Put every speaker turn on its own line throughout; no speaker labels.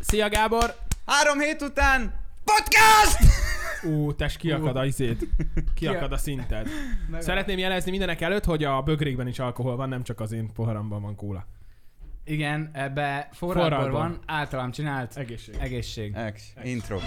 Szia Gábor!
Három hét után podcast!
Ú, tes kiakad a izét. Kiakad a szinted. Szeretném jelezni mindenek előtt, hogy a bögrékben is alkohol van, nem csak az én poharamban van kóla.
Igen, ebbe forradból
Forradból.
van, általam csinált
Egészség.
egészség.
Ex, intro.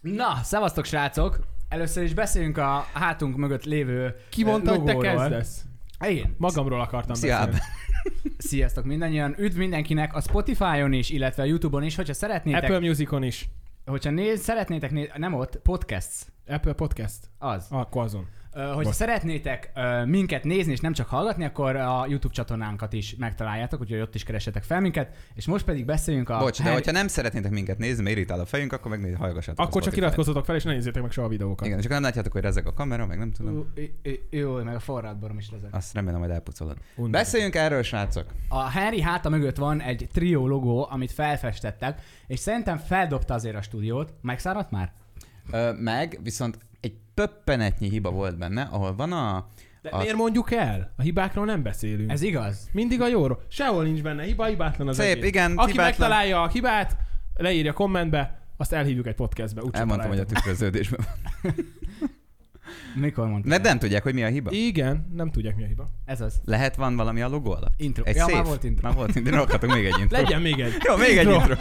Na, szevasztok srácok! Először is beszéljünk a hátunk mögött lévő
Ki mondta,
ö,
hogy te
logóról.
kezdesz?
Igen.
Magamról akartam
Szia,
beszélni.
Sziasztok mindannyian! Üdv mindenkinek a Spotify-on is, illetve a YouTube-on is, hogyha szeretnétek,
Apple
Apple...
Musicon is.
hogyha néz, szeretnétek néz, nem ott, podcasts,
Apple Podcast.
az.
Akkor azon.
Ö, Hogyha
Bocs.
szeretnétek ö, minket nézni, és nem csak hallgatni, akkor a YouTube csatornánkat is megtaláljátok, úgyhogy ott is keresetek fel minket, és most pedig beszéljünk a...
Bocs, de
Harry-
hogyha nem szeretnétek minket nézni, mert irritál a fejünk, akkor meg hallgassatok. a
Akkor csak
Spotify-t.
iratkozzatok fel, és ne nézzétek meg soha a videókat.
Igen, és akkor nem látjátok, hogy rezeg a kamera, meg nem tudom.
Ú, j- j- Jó, meg a forradborom is lezek.
Azt remélem, hogy elpucolod.
Undorító.
Beszéljünk erről, srácok.
A Henry háta mögött van egy trió logó, amit felfestettek, és szerintem feldobta azért a stúdiót. Megszáradt már?
Ö, meg viszont egy pöppenetnyi hiba volt benne, ahol van a...
De
a...
miért mondjuk el? A hibákról nem beszélünk.
Ez igaz.
Mindig a jóról. Sehol nincs benne hiba, hibátlan az
Szép,
egész.
igen,
Aki
hibátlan.
megtalálja a hibát, leírja kommentbe, azt elhívjuk egy podcastbe. Úgy
Elmondtam, hogy a tükröződésben van.
Mikor mondtam?
Mert nem tudják, hogy mi a hiba.
Igen, nem tudják mi a hiba.
Ez az.
Lehet van valami a logó alatt?
Intro.
Egy
ja,
szép.
már volt intro.
Már volt intro, rakhatunk még egy intro.
Legyen még egy.
Jó, még egy intro.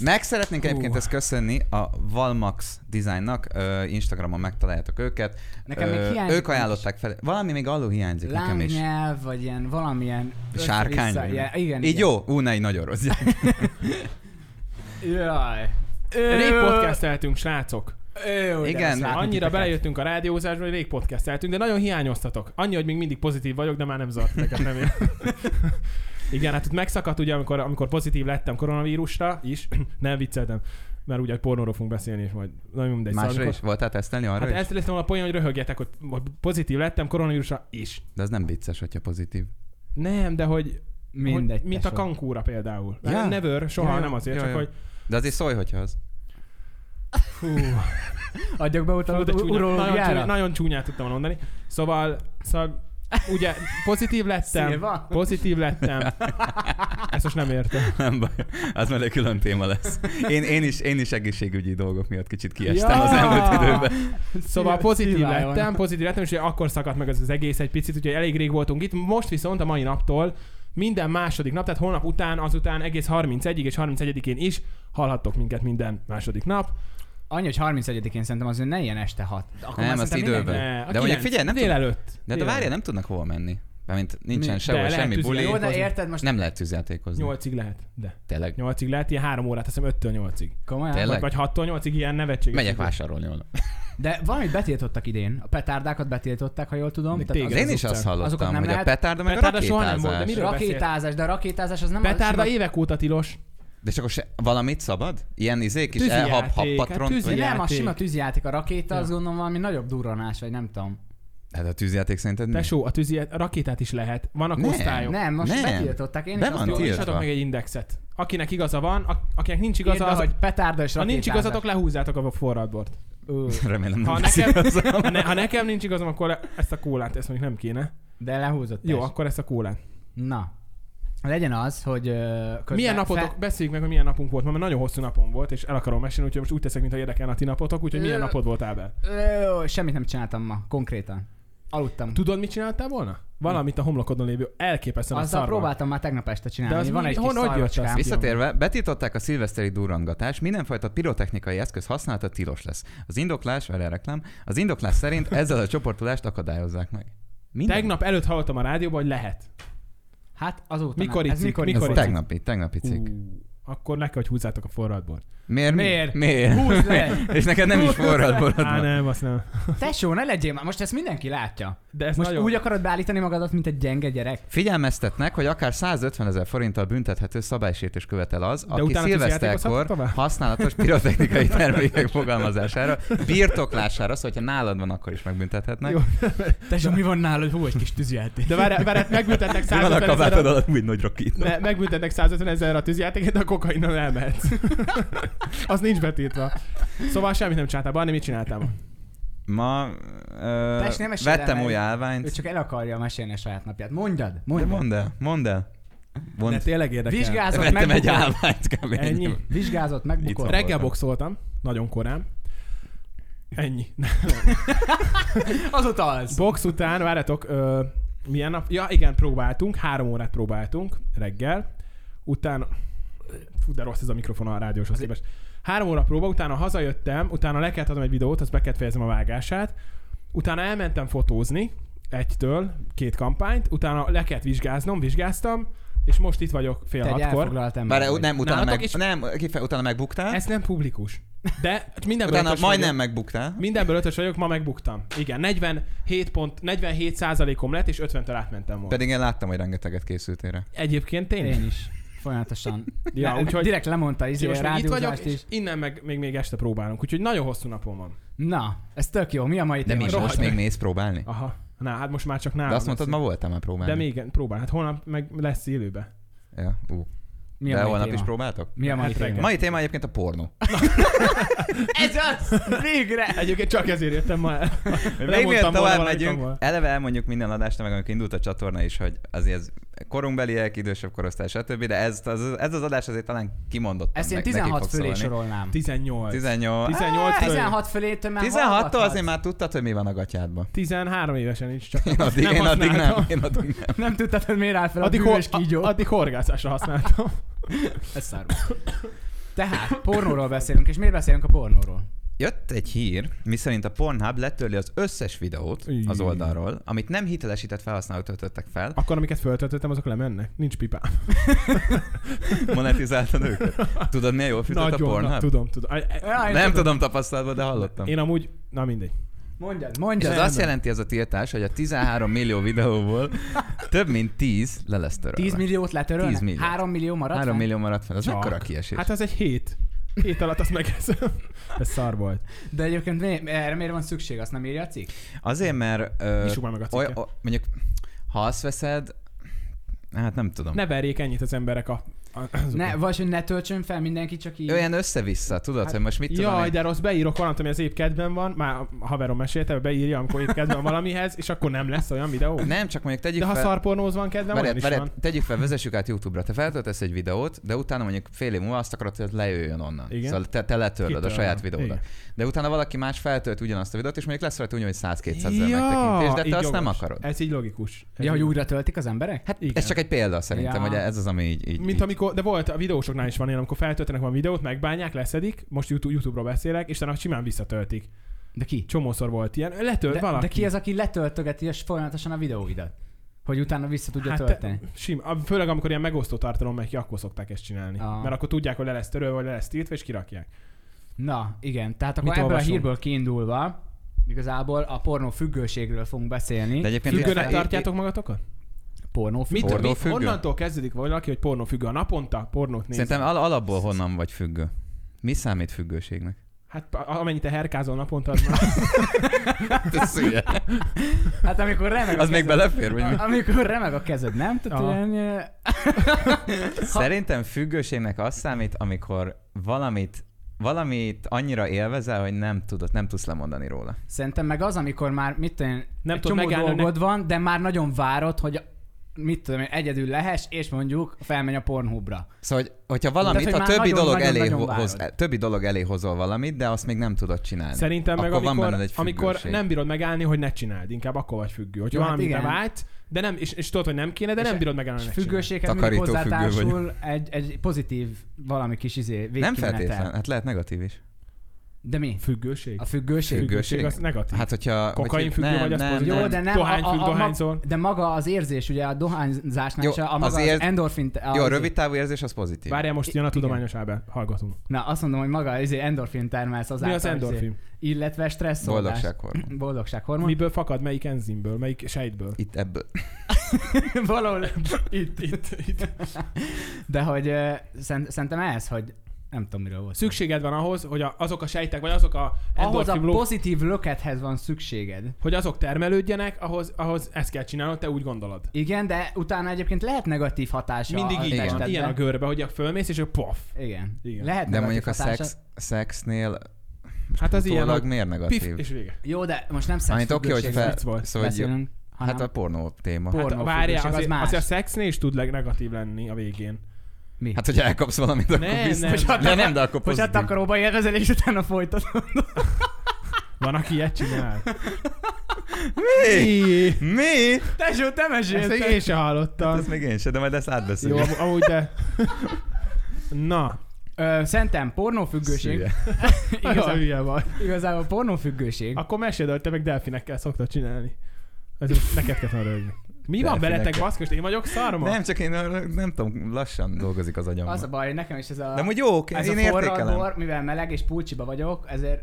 Meg szeretnénk egyébként
Hú.
ezt köszönni a Valmax Designnak, ö, Instagramon megtaláljátok őket.
Nekem még hiányzik
ők ajánlották fel, valami még alul hiányzik nekem is.
Lángnyelv, vagy ilyen valamilyen...
Sárkány.
össze-vissza-
vagy
Ja,
mi?
igen,
Így
igen.
jó? Ú, ne, így nagyon rossz.
Jaj.
Rég podcasteltünk, srácok.
Jó, de
Igen,
ezt látom
Annyira
titeket.
belejöttünk a rádiózásba, hogy rég podcasteltünk, de nagyon hiányoztatok. Annyi, hogy még mindig pozitív vagyok, de már nem zavart nekem, nem ér. Igen, hát ott megszakadt ugye, amikor, amikor pozitív lettem koronavírusra is, nem vicceltem, mert ugye pornóról fogunk beszélni, és majd nagyon mindegy. Szóval
Másra
amikor-
is voltál tesztelni arra
Hát
is?
ezt lesz volna a poén, hogy röhögjetek, hogy hogy pozitív lettem koronavírusra is.
De az nem vicces, hogyha pozitív.
Nem, de hogy,
Mindegy.
hogy mint a
tesó.
kankúra például.
Ja.
Ja. Never, soha
Ja,
ja,
ja.
nem azért,
Ja,
ja, csak
ja.
ja. hogy
De azért szólj, hogyha az.
fú,
Adjak be
Fú,
utalod
de csúnya, nagyon, csúnya,
urológiára.
nagyon csúnyát tudtam mondani. Szóval, szóval ugye pozitív lettem.
Szilva?
Pozitív lettem. Ezt most nem értem.
Nem baj, az már egy külön téma lesz. Én, én, is, én is egészségügyi dolgok miatt kicsit kiestem
Ja!
ja! az elmúlt időben.
Szóval pozitív
Szilvája van.
lettem, pozitív lettem, és ugye akkor szakadt meg ez az egész egy picit, ugye elég rég voltunk itt. Most viszont a mai naptól minden második nap, tehát holnap után, azután egész 31-ig és 31-én is hallhattok minket minden második nap.
Annyi, hogy 31-én szerintem azért ne ilyen este hat. Akkor
Nem,
már
az
szerintem
időben.
mindenki-
Ne, a
De mondjuk
kilenc,
figyelj, nem tudom-
délelőtt.
De, de
Délelőtt.
várja, nem tudnak hova menni. Mert nincsen
Mi?
sehol
De lehet
semmi
tüzelni.
buli.
Jó, de
Hozni.
érted, most
Nem lehet tűzjátékozni.
8-ig lehet, de.
Tényleg.
8-ig lehet, ilyen 3 órát, azt hiszem 5-től 8-ig.
komolyan.
Tényleg?
Vagy, vagy 6-tól 8-ig ilyen nevetséges.
Megyek vásárolni onnan.
De valamit betiltottak idén. A petárdákat betiltották, ha jól tudom.
De
Tehát
téged.
Az
az
Igen,
én is
az
azt
utcán.
Azokat
hallottam,
nem
hogy a
lehet.
petárda meg a
Petárda soha nem volt, de
rakétázás.
miről
rakétázás, de a rakétázás az nem
Petárda
az
évek óta tilos.
De csak akkor se, valamit szabad? Ilyen izék is?
Tűzijáték,
Elhab,
hát
habpatron?
tűzi-
vagy-
nem, a
játék.
sima tűzjáték, a rakéta,
Ja.
az gondolom valami nagyobb durranás, vagy nem tudom.
Hát a tűzjáték szerinted mi?
Tesó, a tűzi a rakétát is lehet. Vannak
Nem.
osztályok.
Nem, most
Nem.
betiltották, én
Be
is azt
van
Jó,
gondolom.
tiltva.
és adok meg egy indexet. Akinek igaza van, ak- akinek nincs
Írd
igaza,
be,
az,
hogy petárda és
ha
rakétázás.
nincs igazatok, lehúzzátok a forradbort.
Ú,
Remélem nem
Ha
lesz
nekem,
igazam.
ne, ha nekem nincs igazam, akkor le- ezt a kólát, ezt mondjuk nem kéne.
De lehúzott.
Jó,
test.
akkor ezt a kólát.
Na. Legyen az, hogy... ö, közben
Milyen napotok,
fe-
beszéljük meg, hogy milyen napunk volt, ma, mert nagyon hosszú napom volt, és el akarom mesélni, úgyhogy most úgy teszek, mintha érdekelne a ti napotok, úgyhogy milyen
Ö.
napod volt Ábel?
Ö, Semmit nem csináltam ma, konkrétan. Aludtam.
Tudod, mit csináltál volna? Valamit a homlokodon lévő elképesztően a
Azzal
szarral.
próbáltam már tegnap este csinálni.
De az
van
mi-
egy kis
hon- hogy jött az?
szarvacskám.
Visszatérve, betiltották a szilveszteri durrangatást, mindenfajta pirotechnikai eszköz használata tilos lesz. Az indoklás, vele reklám, az indoklás szerint ezzel a csoportolást akadályozzák meg. Minden?
Tegnap előtt hallottam a rádióban, hogy lehet.
Hát azóta
Mikor
nem. Ez
icik?
mikor
Mikor
Ez
icik?
tegnapi, tegnapi cikk.
Ú, akkor le kell, hogy húzzátok a forradbort.
Miért? mi?
Miért?
Miért?
Húzd le!
És neked nem is forradborod
Á,
van.
nem, azt nem.
Tesó, ne legyél már, most ezt mindenki látja.
De ez
most
nagyon...
úgy akarod beállítani magadat, mint egy gyenge gyerek?
Figyelmeztetnek, hogy akár 150 ezer forinttal büntethető szabálysértés követel az,
De
aki
utána tűzi
szilveszterkor
játékozhatok tovább?
használatos pirotechnikai termékek fogalmazására, birtoklására, szóval ha nálad van, akkor is megbüntethetnek.
Jó.
Tesó, mi van nálad? Hú, egy kis tűzjáték.
De várj, várj, hát megbüntetnek
Mi van a
150 ezer
kabátod
a...
alatt, úgy nagy rakít.
Ne, megbüntetnek 150 ezer a tűzjátékot, de a kokainnal elmehetsz. az nincs betiltva. Szóval semmit nem csináltál, Barni, mit csináltál?
Ma ö,
Tess, ne mesélj
vettem
el,
új
Ő
állványt.
csak el akarja mesélni a saját napját. Mondjad,
De
mondjad.
mondd el, mondd el. Mondd.
tényleg érdekel.
Vizsgázott,
Vettem egy
megbukott.
állványt kb.
Ennyi.
Vizsgázott, megbukott.
Itt
Reggel boxoltam, nagyon korán. Ennyi.
Azóta az.
Box után, várjatok, ö, milyen nap? Ja igen, próbáltunk, három órát próbáltunk reggel, utána... Fú, de rossz ez a mikrofon a rádióshoz képest. Három óra próba, utána hazajöttem, utána le kellett adnom egy videót, azt be kellett fejezem a vágását, utána elmentem fotózni, egytől, két kampányt, utána le kellett vizsgáznom, vizsgáztam, és most itt vagyok fél
Te egy
hatkor.
elfoglalt ember
Bár
vagy.
nem, utána,
Nálatok
meg,
is-
nem, kife, utána megbuktál,
Ez nem publikus. De hát mindenből
utána
ötös
majdnem
vagyok.
megbuktál.
Mindenből ötös vagyok, ma megbuktam. Igen, 47 pont, 47 százalékom lett, és 50-től átmentem volna.
Pedig én láttam, hogy rengeteget készültél rá.
Egyébként
Én
tényleg.
is. Folyamatosan.
Ja,
Ne-
úgyhogy-
Direkt lemondta izé,
Most
a
még itt vagyok,
rádiózást
és
is.
innen meg még, még este próbálunk. Úgyhogy nagyon hosszú napom van.
Na, ez tök jó. Mi Ah, a mai
De mi
téma?
is
Rohagy
most még
meg.
mész próbálni?
Aha. Na, hát most már csak nálam.
De azt mondtad,
lesz.
ma voltam már próbálni.
De még igen, próbál. Hát holnap meg lesz élőbe.
Ja, ú.
Mi a
De
mai
holnap
téma?
is próbáltok?
Mi a mai
Hát
téma?
reggel.
Mai téma egyébként a pornó.
Ez az! Végre!
Egyébként csak ezért jöttem ma el.
Még mielőtt tovább megyünk,
Tavaly.
eleve elmondjuk minden adásra, meg amikor indult a csatorna is, hogy azért ez korunkbeliek, idősebb korosztály, stb. De ez, az, ez az adás azért talán kimondott.
Ezt én 16 fölé sorolnám.
18.
18.
18 fölé.
16 fölé tömmár
16-tól azért már tudtad, hogy mi van a gatyádban.
13 évesen is csak.
Én addig,
nem
én addig nem.
használtam.
Én addig nem.
Nem tudtad, hogy miért áll fel a
Addig,
bűvös
hor-
kígyó.
a- addig horgászásra használtam.
Ez szarva. Tehát, pornóról beszélünk, és miért beszélünk a pornóról?
Jött egy hír, miszerint a Pornhub letörli az összes videót az
Ijj.
oldalról, amit nem hitelesített felhasználók töltöttek fel,
Akkor amiket föltöltöttem, azok lemennek. Nincs pipám.
monetizáltad őket. Tudod, milyen jól fizet a
Nagyon, na,
Pornhub?
tudom, tudom. Aj, aj,
Jaj,
Nem tudom tapasztalatban, de hallottam.
Én amúgy, na mindegy.
Mondjad,
És
mondjad.
ez azt jelenti ez a tiltás, hogy a 13 millió videóból több mint 10 le lesz törölve.
10 milliót letörölnek?
10 millió.
3 millió maradt?
3
fenn?
millió maradt fel. Az
Csak.
mekkora kiesés?
Hát az egy hét. Hét alatt azt megeszem. Ez szar volt.
De egyébként mi, erre miért van szükség? Azt nem írja a cikk?
Azért, mert ö,
Nyissuk már meg a
oly,
cikket.
o, mondjuk, ha azt veszed, hát nem tudom.
Ne verjék ennyit az emberek a... a azokon.
Ne, vagy hogy ne töltsön fel mindenki, csak így.
Olyan össze-vissza, tudod,
Hát,
hogy most mit tudom
Jaj,
én?
de rossz, beírok valamit, ami az épp kedven van, már a haverom mesélte, beírja, amikor épp kedven van valamihez, és akkor nem lesz olyan videó.
Nem, csak mondjuk tegyük
De ha
fel...
szarpornóz van kedven, olyan
Várjál,
is
várjál,
van.
tegyük fel, vezessük át YouTube-ra. Te feltöltesz egy videót, de utána mondjuk fél év múlva azt akarod, hogy lejöjjön onnan.
Igen.
Szóval te, te letörlöd a
Kitörlöm.
saját videódat.
Igen.
De utána valaki más feltölt ugyanazt a videót, és mondjuk lesz rajta úgy, hogy 100-200 ezer
Ja,
megtekintés, de
így
te azt nem
jogos.
akarod.
Ez így logikus. Ez
Ja, hogy
így-
újra töltik az emberek?
Hát
Igen.
ez csak egy példa szerintem,
Ja.
hogy ez az, ami így... így
Mint
így.
amikor, de volt a videósoknál is van ilyen, amikor feltöltenek van videót, megbánják, leszedik, most YouTube- YouTube-ról beszélek, és utána simán visszatöltik.
De ki?
Csomószor volt ilyen. Letör
De,
valaki.
de ki az, aki letöltögeti és folyamatosan a videóidat? Hogy utána vissza tudja hát, tölteni.
Sim, a- főleg amikor ilyen megosztó tartalom megy ki, akkor szokták ezt csinálni.
Ah.
Ah. Mert akkor tudják, hogy le lesz törölve, vagy le lesz tiltva, és kirakják.
Na, igen. Tehát akkor
Mit
ebből a
olvasunk?
hírből kiindulva, igazából a pornó függőségről fogunk beszélni.
De egyébként
Függőnek
Fel-
tartjátok magatokat?
Pornó
Mit,
függő.
Pornó
mit,
függő?
onnantól kezdődik valaki, hogy pornófüggő a naponta, pornót néz.
Szerintem al- alapból honnan vagy függő? Mi számít függőségnek?
Hát a- amennyit te herkázol naponta, az már...
Hát amikor remeg a
az még
kezed-
belefér, vagy mi?
Amikor remeg a kezed, nem? Tehát
Aha.
ilyen... ö,
Szerintem függőségnek az számít, amikor valamit valamit annyira élvezel, hogy nem tudod, nem tudsz lemondani róla.
Szerintem meg az, amikor már mit tudom, én,
Nem
egy
tudod
csomó
megállni,
dolgod van, de már nagyon várod, hogy mit tudom én, egyedül lehess, és mondjuk felmegy a Pornhubra.
Szóval, hogy, hogyha valamit,
Tehát,
Tehát,
hogy
a
már
többi,
nagyon,
dolog
nagyon,
elé
nagyon
hoz,
várod.
többi dolog elé hozol valamit, de azt még nem tudod csinálni.
Szerintem meg
Akkor van
amikor,
benned egy
amikor
függőség.
nem bírod megállni, hogy ne csináld, inkább akkor vagy függő. Hogy
Jó, hát
valamire
igen.
vágysz, de nem, és, és tudod, hogy nem kéne, de
És-
nem bírod megállni,
És
hogy ne csináld.
függőséghez mindig
Takarító függő
hozzátársul egy, egy pozitív valami kis izé
nem
végkimenetel.
feltétlen, hát lehet negatív is.
De mi?
Függőség?
A függőség?
Függ-
Függőség
Függőség?
az negatív.
Hát, hogyha...
Kokain
hogyha-
függő
nem,
vagy, azt
nem,
mondod,
nem.
Jó, de nem.
Dohány
a- a-
függ,
a-
dohányszor.
ma- De maga az érzés, ugye a dohányzásnál
Jó,
Jó, se, a maga az,
azért-
az endorfin... a-
Jó, a
az-
rövid távú érzés az pozitív.
Várjál, most jön a
I-
tudományos Ábel. Hallgatunk.
Na, azt mondom, hogy maga az endorfin termelsz az izé.
Mi az endorfin?
Illetve stresszoldás.
Boldogsághormon.
Boldogsághormon.
Miből fakad? Melyik enzimból? Melyik sejtből?
Itt ebből.
Valahol itt, itt, itt. De hogy ö, szerint- szerintem ez, hogy nem tudom, miről volt. szó.
Szükséged van ahhoz, hogy a, azok a sejtek, vagy azok a
Ahhoz a
endorfin blokk-
pozitív lökethez van szükséged.
hogy azok termelődjenek, ahhoz, ahhoz ezt kell csinálnod, te úgy gondolod.
Igen, de utána egyébként lehet negatív hatása
Mindig
a
így van.
testedben.
Ilyen a görbe, hogy a fölmész, és a pof.
Igen.
Igen.
Lehet negatív
De mondjuk a
hatása.
szex, szexnél
Hát az ilyen,
utólag
hogy
miért
pif,
negatív?
és vége.
Jó, de most nem
Amit oké, hogy
szexfüggőségről
fel...
vicc volt.
Szóval hogy-
beszélünk, hanem
Hát a pornó téma.
Por-
Hát
Pornófüggőség,
várjál,
az
azért,
más.
azért a szexnél is tud leg- negatív lenni a végén.
mi?
Hát, hogyha elkapsz valamit, akkor
Nem,
biztos.
nem, nem.
de nem, de akkor
Most hát
pozitív.
takaróba érkezel, és utána folytatod.
Van, aki ilyet csinál.
Mi? Mi?
Tesó, te
Ezt még
mesélted.
én sem hallottam.
Ezt még én sem, de majd ezt
Jó,
átbeszéljük.
am- amúgy de... Na,
Ö, Szerintem pornófüggőség.
Szülje.
olyan
Igazából,
hülye vagy.
igazából pornófüggőség.
Akkor meséld, hogy te meg delfinekkel szoktad csinálni. Ez neked kell rögni. Mi van
Delfinekkel.
veletek, baszkos? Én vagyok szarma?
Nem, csak én arra- nem tudom, lassan dolgozik az agyam.
Az a baj, hogy nekem is ez a...
De amúgy jó, oké,
Ez
én
a forrad
értékelem.
bor, mivel meleg és pulcsiba vagyok, ezért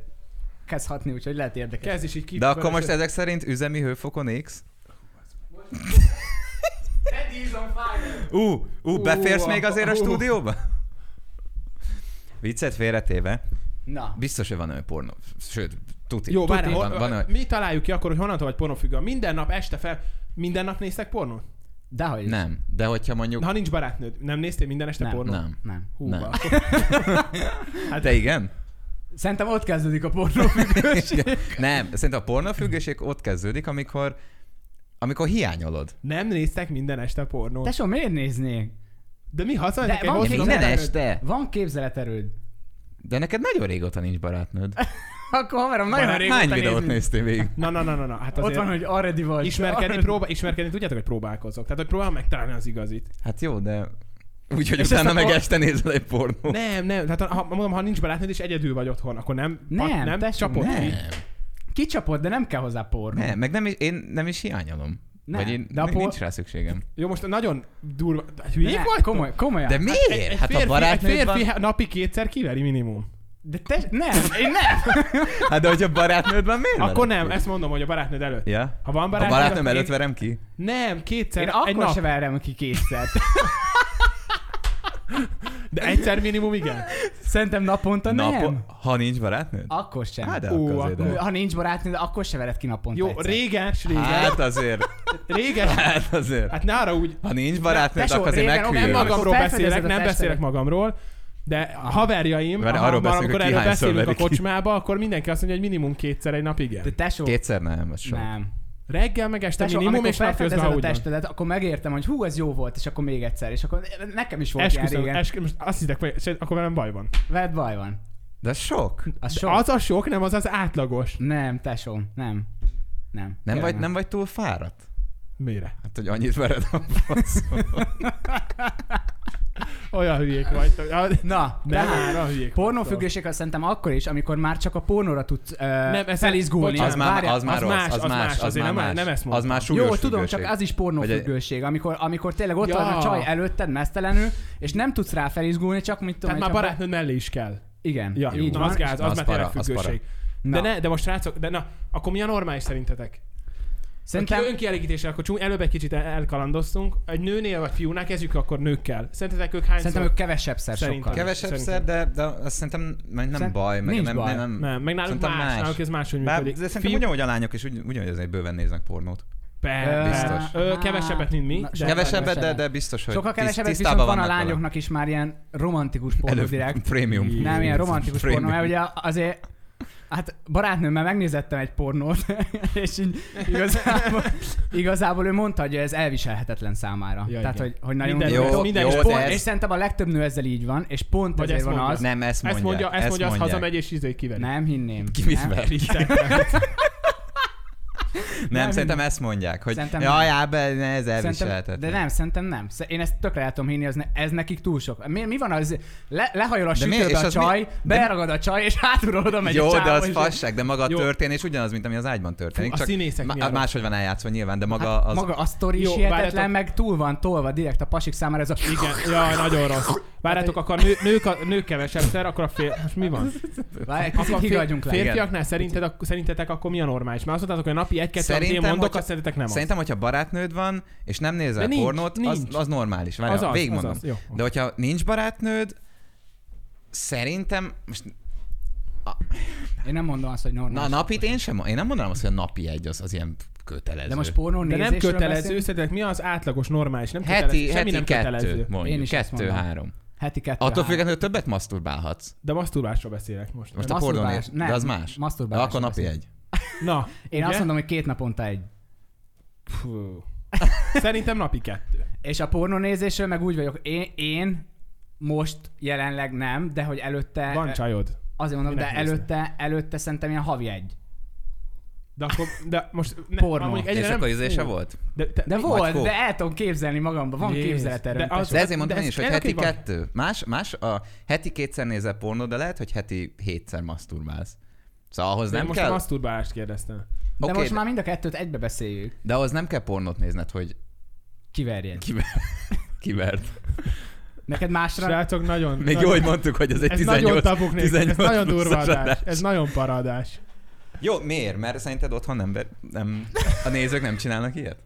kezd hatni, úgyhogy lehet érdekes.
Kezd is így ki.
De akkor most ezek szerint üzemi hőfokon X? Ú, ú, beférsz
Ú,
még
a-
azért a
ú.
stúdióba? Viccet félretéve,
Na,
biztos, hogy van olyan pornó. Sőt, tuti.
Jó,
tuti,
várj,
van,
hol-
van olyan.
mi találjuk ki akkor, hogy honnantól vagy pornófüggő? Minden nap este fel, minden nap néztek pornót?
dehogy is.
Nem, de hogyha mondjuk...
Ha nincs barátnőd, nem néztél minden este
Nem,
pornót?
Nem.
Nem.
Hú,
Nem.
basszus.
Hát te igen?
Szerintem ott kezdődik a pornófüggőség.
Nem, szerintem a pornófüggőség ott kezdődik, amikor amikor hiányolod.
nem néztek minden este pornót.
Tesó, miért néznék?
De mi haza?
De
Neked
van
volt-
Én
Minden
nem.
este.
Van képzeleterőd.
De neked nagyon régóta nincs barátnőd.
Akkor haverom, nagyon
Barát-
régóta
Hány videót
nézünk.
néztél végig?
Na, na, na, na, na, hát
Ott
azért
van, hogy already vagy.
ismerkedni,
Already-
próbál, ismerkedni, tudjátok, hogy próbálkozok. Tehát, hogy próbálom megtalálni az igazit.
Hát jó, de úgyhogy
És ezt
utána
a
meg
por-
este nézel egy pornót.
Nem, nem, tehát ha, mondom, ha nincs barátnőd és egyedül vagy otthon, akkor nem,
Nem,
pat- nem
tesó,
csapod
Nem,
ki.
Kicsapod, de nem kell hozzá pornó.
nem, meg nem is, én nem is hiányolom.
Nem,
Nem, Vagy én,
de a
de
por-
nincs rá szükségem.
Jó, most nagyon durva.
De
Hülyék
ne,
vagy?
Komoly, komolyan.
De
De,
miért? Hát,
férfi,
a barátnőd
egy férfi
van...
he- napi kétszer kiveri minimum.
de te, nem, én nem.
Hát de hogyha barátnőd van, miért?
Akkor
veled
nem,
ki?
ezt mondom, hogy a barátnőd előtt.
Ja?
Ha van
A
barátnőd,
barátnőm
akkor
előtt
én-
verem ki?
Nem, kétszer
Én
egy
akkor
nap.
se verem ki kétszer.
De egyszer minimum igen.
Szerintem naponta nem.
Napo- Ha nincs barátnőd?
Akkor sem.
Hát de
Ú,
akkor azért.
akkor-
de-
Ha nincs barátnőd, akkor se vered ki naponta
Jó,
egyszer.
réges, réges.
Hát azért.
Réges.
Hát azért.
Hát ne arra úgy,
Ha nincs barátnőd,
Tesó,
akkor azért
régen
nem
Jó,
meghűlök.
magam-
magamról
akkor felfedezed
beszélek,
a
nem
testedet.
beszélek magamról, de a haverjaim,
Várj,
ha-
arról
ha-
beszélünk,
amikor
hogy
erről
kihányszor
beszélünk a
verik ki.
kocsmába, akkor mindenki azt mondja, hogy minimum kétszer egy nap
De
igen.
tesó,
Kétszer nem, az sok.
nem.
Reggel meg este
Tesó,
minimum,
amikor
és napközben,
felfedezed
ha
a
úgy van.
testedet, akkor megértem, hogy hú, ez jó volt, és akkor még egyszer, és akkor nekem is volt ilyen
Esküszöm,
régen.
eskü- most azt hittek, hogy se- akkor velem baj van.
Veled baj van.
De az sok.
Az
De
sok.
az a sok, nem az az átlagos.
Nem, tesó, nem. Nem.
Nem
Tényleg
vagy, nem vagy túl fáradt?
Mire?
Hát, hogy annyit vered a faszon.
Olyan hülyék vagytok. Ah,
Na,
Nem,
tehát
olyan hát, hülyék vagytok.
pornófüggőség az szerintem akkor is, amikor már csak a pornóra tudsz ö, nem,
ez-
felizgulni. Hát,
bocsánat,
Az már,
Várjál,
az már
az
rossz,
más,
az
az
más,
más,
az
azért
már
nem-
más.
nem ezt
Az
mondtam.
már súlyos
Jó, tudom,
függőség.
csak az is pornófüggőség, amikor, amikor tényleg ott
Ja.
van a csaj előtted mesztelenül, és nem tudsz rá felizgulni, csak mit tudom,
Tehát már
hogy csak-
barátnőd mellé is kell.
Igen,
Ja,
így
na,
van.
az gáz,
Na,
az,
az
már tényleg
para, az
függőség. De,
Na.
ne, de most srácok, de na, akkor mi a normális szerintetek? Szerintem...
Szerintem
Aki önkielégítésre, akkor csú, előbb egy kicsit el- elkalandoztunk. Egy nőnél vagy fiúnál kezdjük, akkor nőkkel. Szerintetek ők hányszor?
Szerintem ők kevesebb szer
Szerintem.
sokkal.
Kevesebb
Kevesebb
Szerintem.
szer, de, de azt szerintem meg nem
Szerint-
baj. Meg
nincs
nem,
baj.
Nem, nem,
Nem, meg nálunk
Szerintem
más,
más.
nálunk ez máshogy
Bár, de
működik.
szerintem ugyanúgy a lányok is ugy, ugyanúgy azért bőven néznek pornót.
Per,
Biztos.
per. Ö, kevesebbet, mint mi.
Na,
de-
De
sokkal
Kevesebbet, de,
kevesebbet.
de biztos, hogy
Sokkal
tiszt-
kevesebbet viszont
tisztában
van a
vannak vele.
lányoknak is már ilyen romantikus pornó
Elő-
direkt.
Prémium.
Nem,
Nem, ilyen romantikus
Prémium.
pornó, mert ugye azért Hát barátnőmmel megnézettem egy pornót, és így igazából, igazából ő mondta, hogy ez elviselhetetlen számára.
Ja,
Ja, Tehát,
igen.
hogy, hogy nagyon...
Minden-
Jó,
minden
jó,
is
de
pont,
ez-
és szerintem a legtöbb nő ezzel így van, és pont
Vagy
ezért
ezt
van
mondja.
az.
Nem, ezt
Ezt
mondják.
mondja, ezt mondja, azt
mondják.
hazamegy és izé kiveri.
Nem hinném.
Ki mit
Nem?
ver?
Istenem.
Nem,
Nem,
szerintem ezt mondják, hogy
Szerintem
jaj,
nem.
ábe, ez elviselhetetlen.
Szerintem, de nem, szerintem nem. Sze- Én ezt tökre el tudom hinni, ez, ne, ez nekik túl sok. Mi, mi van az? Le, lehajol a
De mi- és
sütőbe a
az
csaj,
mi-
mi,
de-
beleragad a csaj, és hátulról oda megy
Jó,
a csávó,
de az
és-
fasság, de maga a
Jó.
történés ugyanaz, mint ami az ágyban történik.
Fú, a
Csak
színészek
má-
milyen
máshogy van eljátszva nyilván, de maga
Hát,
az...
maga a sztori
Jó,
is hihetetlen,
várjátok.
meg túl van tolva direkt a pasik számára ez a...
Igen, jaj, nagyon rossz. Várjátok, akkor nő, nők, a, nők kevesebb szer, akkor a fél... Most mi van?
Várj, egy
Akkor
picit higadjunk le.
fér-
férfiaknál szerinted, ak- szerintetek akkor mi a normális? Mert azt mondtátok, hogy a napi egy-kettő, amit én
Szerintem,
mondok,
hogyha-
azt szerintetek nem az.
Szerintem, hogyha barátnőd van, és nem nézel
De nincs,
pornót,
nincs.
Az, az normális. Várjál,
Az az,
végigmondom.
az az, jó.
De hogyha nincs barátnőd, szerintem, most
Én nem mondom azt, hogy
na,
normális.
napit én sem, én nem mondanám azt, hogy a napi egy az, az ilyen kötelező.
de most pornó
De nem
nézésről
kötelező,
beszélünk?
szerintetek mi az átlagos normális? Nem
heti,
kötelező, semmi
heti
nem
kettő,
kötelező.
mondjuk.
Én is ezt
kettő,
mondom.
három.
Heti kettő.
Attól
három.
függetlenül többet maszturbálhatsz.
De masturbásról beszélek most.
Most
nem?
a pornón
Masturbálás.
ér-
Nem,
de az más. De
masturbálás
akkor napi
beszélünk.
egy.
Na,
Én
ugye?
azt mondom, hogy két naponta egy.
Fú. Szerintem napi kettő.
És a pornónézésről meg úgy vagyok, én, én most jelenleg nem, de hogy előtte...
Van csajod.
Azért mondom, de
Minek nézni?
előtte, előtte szerintem ilyen havi egy.
De akkor, de most... Ne,
Pornó.
ha mondjuk
És
egyre nem-
akkor izése
Fú.
volt? Szóval
De, te,
De
mi-
volt,
Vagy kók.
de el tudom képzelni magamban, van
Jézus.
képzeleterőm.
De az-
De ezért mondtam
de ez-
én is, hogy
ennek
heti
így van.
kettő. Más, más a heti kétszer nézel pornó, de lehet, hogy heti hétszer maszturbálsz. Szóval ahhoz
Nem,
nem,
most a
kell,
masturbálást kérdeztem.
de
oké,
most
de-
már mind a kettőt egybe beszéljük.
de ahhoz nem kell pornót nézned, hogy
Kiverjen.
kiver, kivert.
Neked másra...
Srácok, nagyon...
Még
nagyon,
jó, hogy mondtuk, hogy ez egy
ez
18,
nagyon tabuk nélkül, ez
18
nagyon
pluszos
durva adás.
adás.
Ez nagyon paradás.
Jó, miért? Mert szerinted otthon nem, ver- nem, a nézők nem csinálnak ilyet?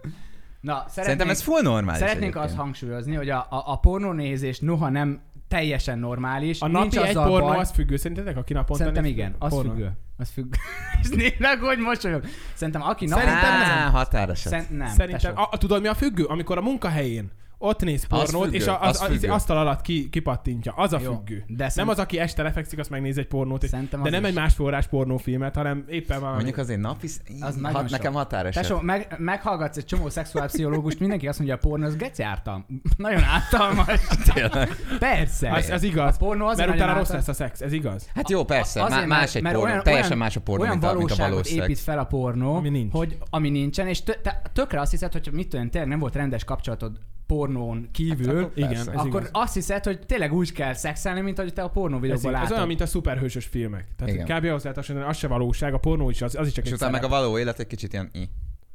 Na,
Szerintem
szeretnénk,
ez full normális
szeretnénk
egyébként.
azt hangsúlyozni, hogy a, a, a pornónézés noha nem teljesen normális.
A
nincs
napi egy
azzal
pornó,
baj,
az függő szerintetek, aki naponta
Szerintem
néz
igen, az
pornót?
függő. Az függő. És nézlek, hogy mosolyog. Szerintem aki napi...
Szerintem
Á,
nem.
határeset.
Szerint, nem.
Szerintem,
tesó.
a, a- tudod mi a függő? Amikor a munkahelyén ott néz pornót,
függő,
és a,
az
az, az, az
függő.
asztal alatt ki, kipattintja. Az a
Jó,
függő.
de
nem
szerint-
az, aki este lefekszik, azt megnéz egy pornót. és-
Szerintem
De
az
nem
is.
egy másfélórás pornófilmet, hanem éppen valami.
Mondjuk azért napi...
Az
Az
nagyon
hat,
sok.
nekem határeset.
Tesó, meg, meghallgatsz egy csomó szexuálpszichológust, mindenki azt mondja, a pornó az gecjártam. Nagyon ártalmas.
Tényleg.
Persze.
az, az igaz.
A pornó az
Mert utána rossz lesz a szex, ez igaz?
Hát jó, persze, má- más egy pornó, teljesen más a pornó,
olyan
mint a, mint a valós
valóságot épít
szex.
fel a pornó,
Ami
ami,
nincs.
nincs. Hogy, ami nincsen, és tö- te, tökre azt hiszed, hogy mit tudom, tényleg nem volt rendes kapcsolatod pornón kívül,
akkor
hát,
Igen,
persze.
ez
akkor
igaz.
azt hiszed, hogy tényleg úgy kell szexelni, mint ahogy te a
Ez,
pornóvideóban
igaz. ez
látod.
olyan, mint a szuperhősös filmek. Tehát
Igen.
kb. ahhoz lehet hasonlítani, az se valóság, a pornó is, az, az is csak
És
egy
utána meg
szerep.
a való élet egy kicsit ilyen... i.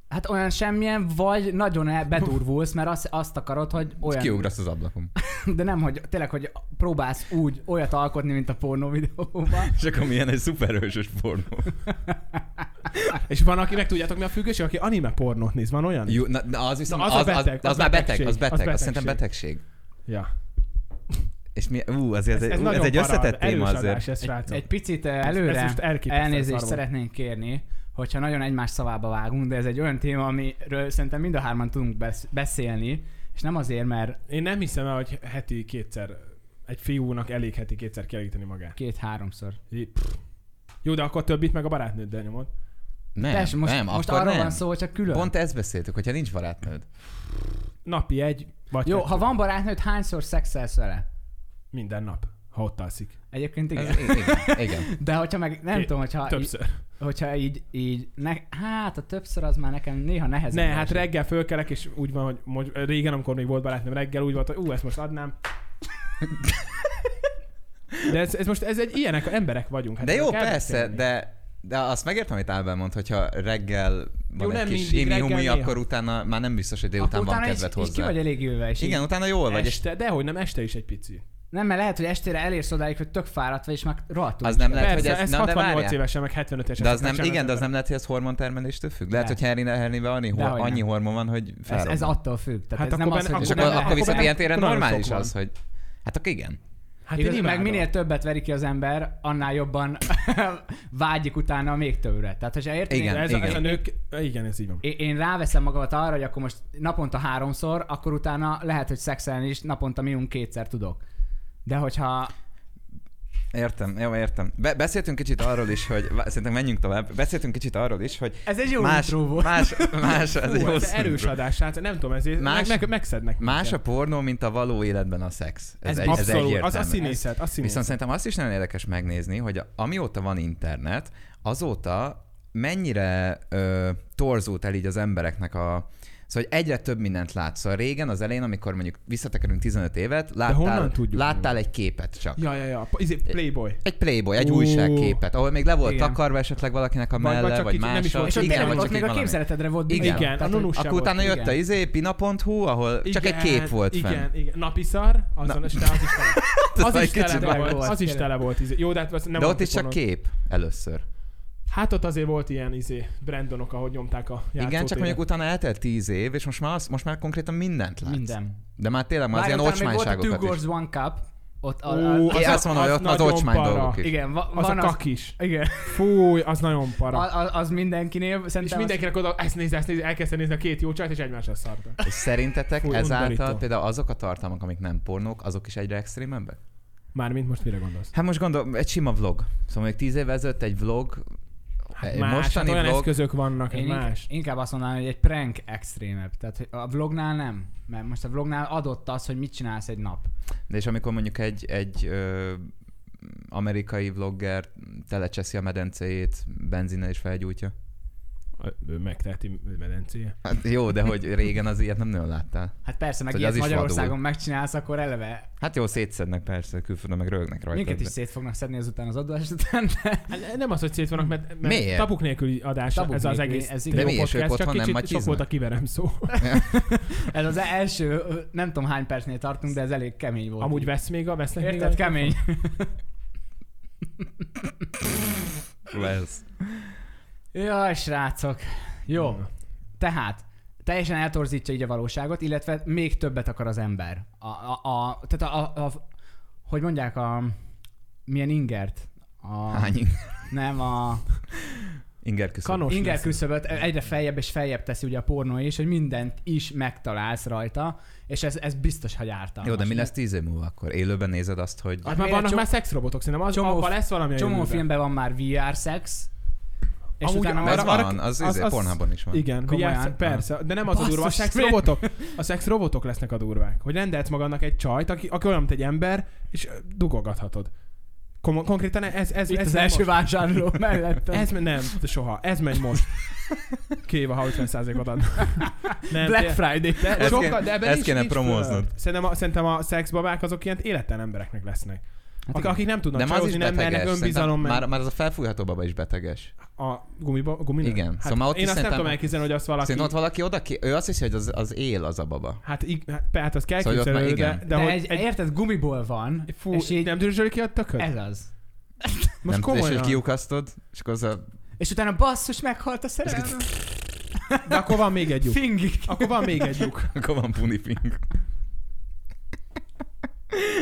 Hát olyan semmilyen, vagy nagyon el- bedurvulsz, mert azt, azt akarod, hogy olyan.
Kiugrasz az ablakon.
De nem, hogy tényleg, hogy próbálsz úgy olyat alkotni, mint a pornóvideóban.
És akkor milyen egy szuperhősös pornó.
És van, aki meg tudjátok, mi a függőség, aki anime pornót néz, van olyan?
Jó, na, na, az viszont...
Na,
az, az, az, az, már beteg, az beteg, az
betegség.
szerintem betegség.
Ja.
És mi, ú, azért ez,
Ez,
egy-
ez,
ú,
nagyon
ez egy
parad,
összetett téma
erős adás
azért.
Ez, srácok.
Egy picit eh,
Ez
előre
most elképesztően
elnézést
szar volt.
szeretnénk kérni, hogyha nagyon egymás szavába vágunk, de ez egy olyan téma, amiről szerintem mind a hárman tudunk besz- beszélni, és nem azért, mert
Én nem hiszem el, hogy heti kétszer egy fiúnak elég heti kétszer kielégíteni magát.
két-háromszor.
Így, pff. Jó, de akkor a többit meg a barátnőddel nyomod.
Nem,
Tess, most,
nem,
most
akkor
arról
nem.
van szó, hogy csak külön.
Pont ezt beszéltük, hogyha nincs barátnőd.
Napi egy, vagy
Jó,
kettő.
ha van barátnőd, hányszor szexelsz vele?
minden nap, ha ott alszik.
Egyébként igen.
Ez, igen, igen.
De hogyha meg, nem
Két-
tudom, hogyha, így,
Többször.
hogyha így, így ne, hát a többször az már nekem néha
Ez
nehezen.
ne, hát
esik.
reggel fölkelek, és úgy van, hogy mondj- régen, amikor még volt barátnőm, reggel úgy volt, hogy ú, ezt most adnám. De ez, ez most, ez egy ilyenek, emberek vagyunk. Hát
De jó,
ezek kell
persze,
beszélni.
de de azt megértem, amit Álben mond, hogyha reggel van
Jó,
egy
nem
kis
mindig,
himi-humi,
reggel
akkor utána már nem biztos, hogy
Akkor
délután van
utána
kedved
így, így ki
hozzá.
vagy elég ülve, és így
Igen, utána jól vagy, és
Este, dehogy nem, este is egy pici.
Nem, mert lehet, hogy estére elérsz odáig, hogy tök fáradt vagy, és már rohadtul.
az nem
Lehet,
lehet,
Persze,
hogy
ez
ez, nem, de
68
várjál.
évesen, meg 75 évesen.
De az nem, igen, de az nem lehet, hogy ez hormontermeléstől függ. Lehet,
De.
hogy Harry, Harryben annyi, hor,
Dehogy nem.
annyi hormon van, hogy
ez,
felrobban.
ez attól függ. Tehát
Hát
ez nem
akkor
az,
benne-
hogy
És
Akkor
akkor,
nem-
akkor
akkor
viszont
nem-
ilyen téren
akkor nagyon
normális
sok
az, hogy... Hát akkor igen.
Hát én
Igaz, meg
imádom.
minél többet veri ki az ember, annál jobban vágyik utána a még többre. Tehát, hogyha érted,
Igen.
De Ez, a, ez a nők, Hát igen, ez így van.
Én, én ráveszem magamat arra, hogy akkor most naponta háromszor, akkor utána lehet, hogy szexelni is naponta minimum kétszer tudok. De hogyha...
Értem, jó, értem. Be- beszéltünk kicsit arról is, hogy... vá- Szerintem menjünk tovább. Beszéltünk kicsit arról is, hogy...
Ez egy jó
más,
intro volt.
Más, más, ez
Hú,
egy jó
ez
szintű.
erős adás, hát nem tudom, ezért
Más-
más, meg, meg, megszednek.
Más a
minket.
pornó, mint a való életben a szex. Ez,
ez,
egy, ez
abszolút, az a
egyértelmű.
színészet, a színészet.
Viszont szerintem azt is nagyon érdekes megnézni, hogy a, amióta van internet, azóta mennyire ö, torzult el így az embereknek a... Szóval, hogy egyre több mindent látsz. Szóval régen, az elején, amikor mondjuk visszatekerünk 15 évet, láttál,
honnan tudjuk,
láttál egy képet csak.
Ja, ja, ja. Izé, Playboy.
Egy Playboy, egy
Ú.
újságképet, ahol még le volt
Igen.
takarva esetleg valakinek a
Vagy- vagy
melle, vagy,
csak
vagy
így nem is
mással.
volt
És ott,
Igen,
igen,
vagy
ott
csak
még a
valami.
képzeletedre volt
Igen.
bizony.
Igen, a
Tehát,
nunus
hogy-
sem
Akkor utána
volt,
jött a
igen.
izé, pina.hu, ahol csak egy kép volt
igen,
fenn.
Igen, igen. Napiszar, azon
Na.
Na. Este, az is tele, az is
Az egy kicsit
tele
meg
volt.
volt,
Az is
tényleg.
tele volt. Izé. Jó, de, hát az nem
De
volt
ott is csak
pornó.
kép először.
Hát ott azért volt ilyen izé, brandonok, ahogy nyomták a játszótéren.
Igen, csak mondjuk utána eltelt 10 év, és most már, az, most már konkrétan mindent látsz.
Minden.
De már tényleg már az
Várj,
ilyen
utána még volt a Two
ocsmányságokat is.
Girls One Cup. Ott a,
Ú,
a,
Én
Az-
azt mondom, hogy
az
ott már az
nagyon
ocsmány
para.
dolgok is.
igen, va-
Az
van
a kakis.
Igen,
Fúj, az nagyon para.
az, az, az mindenkinél.
és
Szerintem az-
mindenkinek oda ezt nézze, ezt nézze, elkezdte nézni a két jó csajt, és egymásra szarta.
És szerintetek
Fú,
ezáltal
undorító.
például azok a tartalmak, amik nem pornók, azok is egyre extrémebbek?
Mármint most mire gondolsz?
Hát most gondolom, egy sima vlog. Szóval még 10 évvel ezelőtt egy vlog, egy
Más, hát
mostani
olyan
vlog,
eszközök vannak,
Én
Én más.
inkább, inkább azt mondanám, hogy egy prank extrémebb. Tehát hogy a vlognál nem. Mert most a vlognál adott az, hogy mit csinálsz egy nap.
De és amikor mondjuk egy, egy ö, amerikai vlogger telecseszi a medencéjét, benzinnel és felgyújtja.
Ő megteheti ő medencéje.
Hát jó, de hogy régen az ilyet nem nagyon láttál.
Hát persze, meg
Hogy
ilyet
az is
Magyarországon
vadul.
megcsinálsz, akkor eleve
Hát jó, szétszednek persze, külföldön meg rögnek rajta.
minket is
de-
szét fognak szedni azután az adás után. De...
Hát Nem az, hogy szét vannak, mert, mert
Miért?
tapuk nélküli adás
Tapuk
ez az
nélküli,
egész
ez
ez
igaz.
De mi, és ők
podcast,
otthon
csak
nem
kicsit sok
macsiznak?
volt a kiverem szó.
Ez az első, ö, nem tudom hány percnél tartunk, de ez elég kemény volt.
Amúgy vesz még a vesznek még
Érted,
a-
kemény.
Lesz.
Jaj, srácok. Jó,
Na.
tehát teljesen eltorzítja így a valóságot, illetve még többet akar az ember. A, a, a, tehát a, a, a, hogy mondják a... Milyen ingert? A,
Ah.
Hány ing-
Nem, a
inger küszöb.
Kanos
inger
lesz.
küszöböt egyre feljebb és feljebb teszi ugye a pornó is, hogy mindent is megtalálsz rajta, és ez, ez biztos, hogy ártalmas.
Jó, de mi lesz tíz év múlva akkor? Élőben nézed azt, hogy...
Hát már
Miért
vannak
csomó-
már szexrobotok, szerintem az,
csomó-
abban lesz valami a
Csomó
jövőben.
filmben van már VR szex, és
Amúgy
Amúgy utána
Ez
arra-
van,
arra- az-
az, az, az,
az-
Pornhubon is van.
Igen,
Komolyan?
vigyázz, persze, de nem az a durva, a
Basszus,
szex robotok. A szex robotok lesznek a durvák. Hogy rendelsz magadnak egy csajt, aki, aki olyan, mint egy ember, és ö, dugogathatod. Kom- konkrétan ez, ez,
Itt
ez
az
megy
első
most.
vásárló mellett.
Ez me- nem, soha. Ez megy most. Kéve, ha 50 ot ad. Nem,
Black
de-
Friday.
de,
Ezt
sokkal,
kéne-
de ebben
ezt
nincs-
kéne
nincs
promóznod.
föld. Szerintem a, szerintem a szexbabák azok ilyen életlen embereknek lesznek.
Hát
Ak-
igen.
akik nem tudnak
De már az is
csajozni, nem mernek
beteges. Önbizalom
önbizalom,
már,
mert
már az a felfújható baba is beteges.
a gumiba, gumin.
Igen, szóval már ott
én azt nem
is szerintem-
tudom elképzelni, hogy azt
Aki...
valaki...
Szerintem ott valaki oda ki... Ő azt hiszi, hogy az, az él az a baba.
Hát, ig- hát, hát azt kell
Szóval ott már
képzelni, de,
igen.
de,
De
hogy
egy, egy, érted, gumiból van,
Fú,
és így
nem dörzsöli ki a tököt?
ez az.
Most
nem, és
komolyan.
hogy kiukasztod, és akkor az a...
És utána basszus, meghalt a szerelem.
De akkor van még egy lyuk.
Fingik.
Akkor van még egy lyuk.
Akkor van puniping.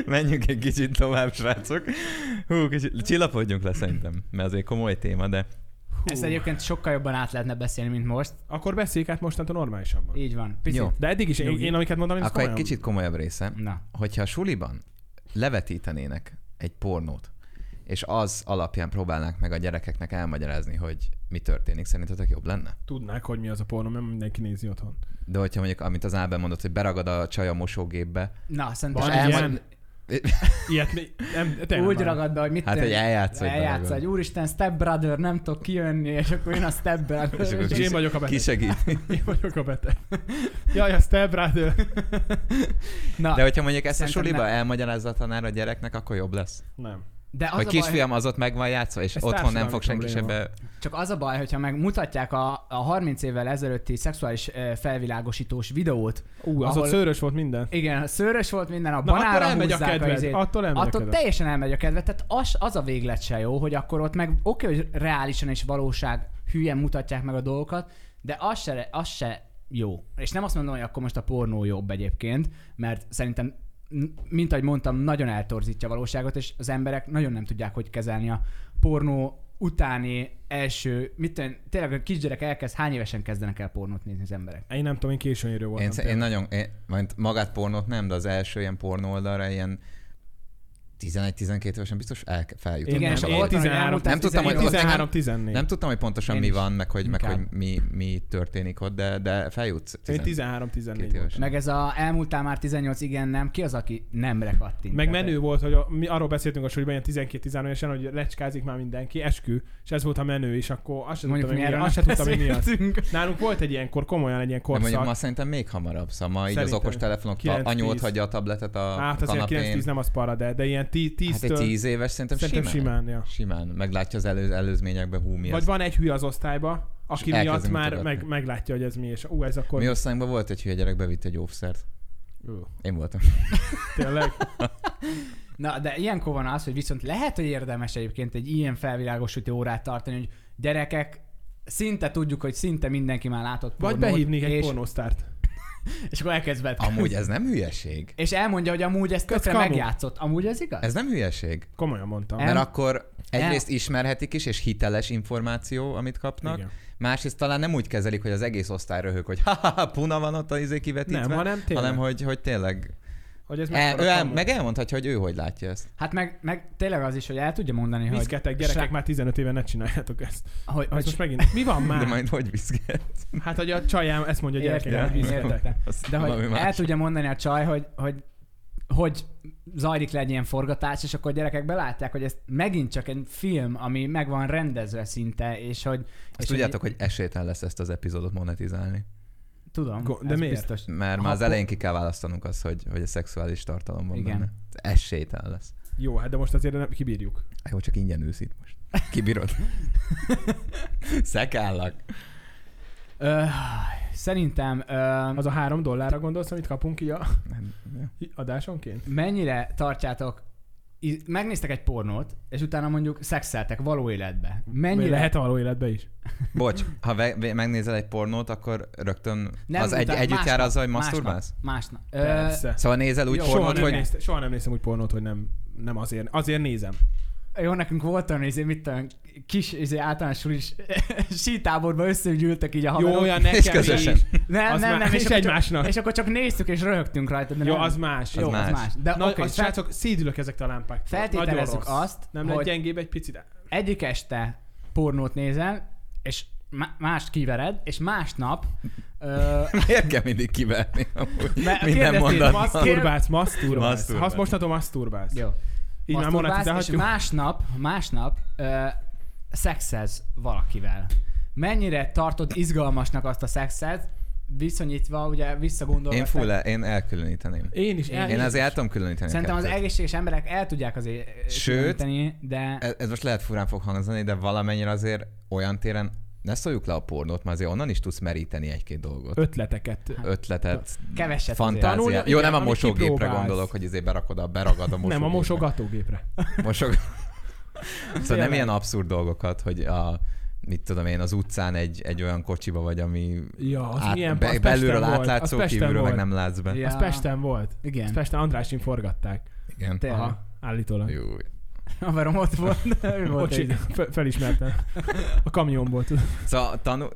Menjünk egy kicsit tovább, srácok. Hú, kicsit csillapodjunk le szerintem, mert azért komoly téma, de
Hú.
Ezt egyébként sokkal jobban át lehetne beszélni, mint most.
Akkor beszéljük át mostantól normálisabban.
Így van. Picit.
Jó.
De eddig is én,
Nyugi.
én amiket mondtam, én ezt
akkor egy
komolyan-
kicsit komolyabb része.
Na.
Hogyha a suliban levetítenének egy pornót, és az alapján próbálnák meg a gyerekeknek elmagyarázni, hogy mi történik, szerintetek jobb lenne?
Tudnák, hogy mi az a pornó, mert mindenki nézi otthon.
De hogyha mondjuk, amit az Ábel mondott, hogy beragad a csaj a mosógépbe,
Na, szerintem
Van
ez-
ilyen? Ilyet mi- nem, tényleg
Úgy
már.
ragad be, hogy mit
Hát,
tenni.
hogy eljátsz, hogy
Eljátsz,
belegondol.
hogy úristen, Step Brother, nem tudok kijönni, és akkor jön a Step Brother.
És akkor
És én vagyok a beteg.
kisegít.
Én vagyok a beteg. Jaj, a step brother.
Na,
De
de,
hogyha mondjuk ezt a
Szerintem
suliba
nem.
elmagyarázza a tanár a gyereknek, akkor jobb lesz.
Nem.
de az
Hogy
a baj,
kisfiam, az ott meg van játszva, és
Ez
otthon nem
társadalmi
fog senki se
probléma.
be...
csak az a baj, hogyha megmutatják a, a 30 évvel ezelőtti szexuális eh, felvilágosítós videót.
Ú, az
Ahol-
ott szőrös volt minden.
Igen, szőrös volt minden, a
Na, attól
banára
elmegy a
húzzák a
kedved.
izét.
Attól elmegy a
Attól
kedved.
teljesen elmegy a kedve, tehát az, az a véglet se jó, hogy akkor ott meg oké, hogy reálisan és valóság hülyen mutatják meg a dolgokat, de az se, az se jó. És nem azt mondom, hogy akkor most a pornó jobb egyébként, mert szerintem, n- mint ahogy mondtam, nagyon eltorzítja a valóságot, és az emberek nagyon nem tudják, hogy kezelni a pornó utáni első, mit tudom, én, tényleg a kisgyerek elkezd, hány évesen kezdenek el pornót nézni az emberek?
Én nem tudom, én későn érő voltam.
Én, sz- én
tényleg.
nagyon... Én, majd magát pornót nem, de az első ilyen pornó oldalra ilyen 11-12 évesen biztos el, feljutott.
Én
Igen,
nem,
és
nem,
én
ott van, hogy
13
elmúlt
nem tudtam, hogy ott-
13-14.
nem tudtam, hogy pontosan
Én
mi
is.
van, meg hogy, meg,
Inkább.
hogy mi, mi történik ott, de, de feljutsz.
Én
10
13-14
Két
volt.
éves.
Meg ez a elmúltál már 18, igen, nem. Ki az, aki nem rekattint?
Meg menő volt, hogy a, mi arról beszéltünk a súlyban ilyen 12-13 évesen, hogy lecskázik már mindenki, eskü, és ez volt a menő, és akkor azt sem tudtam,
Mondjuk
hogy
mi
mi,
erről
azt sem
nem
tudtam, hogy mi az.
beszéltünk.
Nálunk volt egy ilyenkor, komolyan egy ilyen
De mondjuk
korszak.
ma szerintem még hamarabb, szóval ma így az
Szerintem.
okostelefonok, ta-
9-10.
anyu ott hagyja a tabletet a
Hát azért
kanapén.
9-10 nem az para, de, de ilyen 10-től...
Hát egy 10 éves szerintem,
Szerintem
simán.
simán, ja.
Simán. Meglátja az elő, előzményekben, hú, mi
Vagy
ez.
van egy hülye az osztályba, aki
És elkezdi
miatt már
mutogatni.
meg, meglátja, hogy ez mi, és ú, ez akkor...
Mi osztályunkban volt egy hülye gyerek, bevitt egy óvszert.
Ú,
Én voltam.
Tényleg?
Na, de ilyenkor van az, hogy viszont lehet, hogy érdemes egyébként egy ilyen felvilágosító órát tartani, hogy gyerekek, szinte tudjuk, hogy szinte mindenki már látott
Vagy
pornót,
behívnék egy
és,
pornósztárt.
és akkor elkezd vetkezni.
Amúgy ez nem hülyeség.
És elmondja, hogy amúgy ez tökre
kamu.
megjátszott. Amúgy ez igaz?
Ez nem hülyeség.
Komolyan mondtam.
El-
Mert akkor egyrészt ismerhetik is, és hiteles információ, amit kapnak.
Igen.
Másrészt talán nem úgy kezelik, hogy az egész osztály röhög, hogy ha, ha, ha puna van ott a izé kivetítve,
Nem, hanem tényleg.
hanem hogy, hogy tényleg.
Hogy ez
El,
mekkora
ő el,
kamu.
meg elmondhatja, hogy ő hogy látja ezt.
Hát meg, meg tényleg az is, hogy el tudja mondani, hogy...
Viszketek, gyerekek,
srác-
már 15 éve ne csináljátok ezt.
Hogy,
Ez most
hogy,
megint. Mi van
De
már?
majd hogy viszket?
Hát, hogy a csajám ezt mondja a
Értem,
gyerekeknek.
értem.
viszketek.
Azt
de
valami
hogy hát-
más.
el tudja mondani a csaj, hogy, hogy hogy zajlik le egy ilyen forgatás, és akkor a gyerekek belátják, hogy ez megint csak egy film, ami meg van rendezve szinte, és hogy... és
Azt tudjátok, hogy esélytelen lesz ezt az epizódot monetizálni.
Tudom,
Go- de
ez
miért?
biztos.
Mert
Ha,
már az
po-
elején ki kell választanunk azt, hogy, hogy a szexuális tartalom van
Igen.
Igen. benne. Ez Esélytelen lesz.
Jó, hát de most azért nem kibírjuk.
Á, Jó, csak ingyen ősz itt most. Kibírod? Szekállak.
Ö, szerintem ö,
Az a három dollárra gondolsz, amit kapunk ki a
Nem, nem.
adásonként?
mennyire tartjátok í- megnéztek egy pornót, és utána mondjuk szexeltek való életbe. Mennyire?
Vagy Lehet a való életbe is.
Bocs, ha ve- ve- megnézel egy pornót, akkor rögtön nem, az egy,
utána-
együtt jár
másnap,
azzal, hogy
másnap,
masturbálsz?
Másnap. Ö,
Persze.
Szóval nézel úgy
Jó,
Soha
pornót,
nem,
hogy...
néztem, soha nem nézem úgy pornót, hogy nem, nem azért, azért nézem.
Jó, nekünk volt olyan, izé, mit tudom, kis izé, általános sulis sítáborban összegyűltek így a
Jó,
haverok.
olyan
És
nekem is.
közösen.
nem,
az
nem,
már-
nem,
és
akkor csak-
egymásnak.
És akkor csak néztük és röhögtünk rajta. De
Jó,
nem,
az más.
jó,
Jó.
Az
az
más.
más. De
Na,
oké,
okay, srácok, szédülök ezek a lámpák.
Feltételezzük
Nagyon rossz.
azt,
Nem
hogy-
lehet gyengébb egy picit?
egyik este pornót nézel, és má- mást kivered, és másnap ö,
Miért kell mindig kiverni amúgy?
Mert
Minden
kérdeztél,
mondatban.
maszk-
Maszturbálsz, maszturbálsz.
Maszturbálsz.
Ha mostantól maszturbálsz.
jó,
Így már
masturbálsz, és
monetizálhatjuk.
másnap, másnap ö, szexelsz valakivel. Mennyire tartod izgalmasnak azt a szexet, viszonyítva, ugye visszagondolva.
Én full, el- én elkülöníteném.
Én is.
Én-
el-
Én azért el tudom különíteni. a
Szerintem az
kettőt.
egészséges emberek el tudják azért
Sőt,
különíteni, de
Ez, ez most lehet furán fog hangzani, de valamennyire azért olyan téren ne szóljuk le a pornót, mert azért onnan is tudsz meríteni egy-két dolgot.
ötleteket.
Hát, Ötletet,
keveset azért.
Tanulja-
fantáziát. Jó,
igen,
nem a
amit
mosógépre
kipróbálsz.
gondolok, hogy ezért berakod a, beragad a mosógépbe.
Nem, a mosogatógépre.
Mosog... szóval nem
Tényleg.
ilyen abszurd dolgokat, hogy a mit tudom én, az utcán egy, egy olyan kocsiba vagy, ami
Ja, az milyen- az Pesten
Hát, belülről
volt,
átlátszó,
az Pesten
kívülről meg
volt.
nem látsz be.
Ja.
Az Pesten volt. Ezt
Igen.
Pesten Andrásin forgatták.
Igen.
Tényleg.
Aha, állítólag.
Jó.
Haverom ott volt, ő
Ott
volt. egy-
így fe- felismertem. A kamionból, tudod.
Szóval tanul...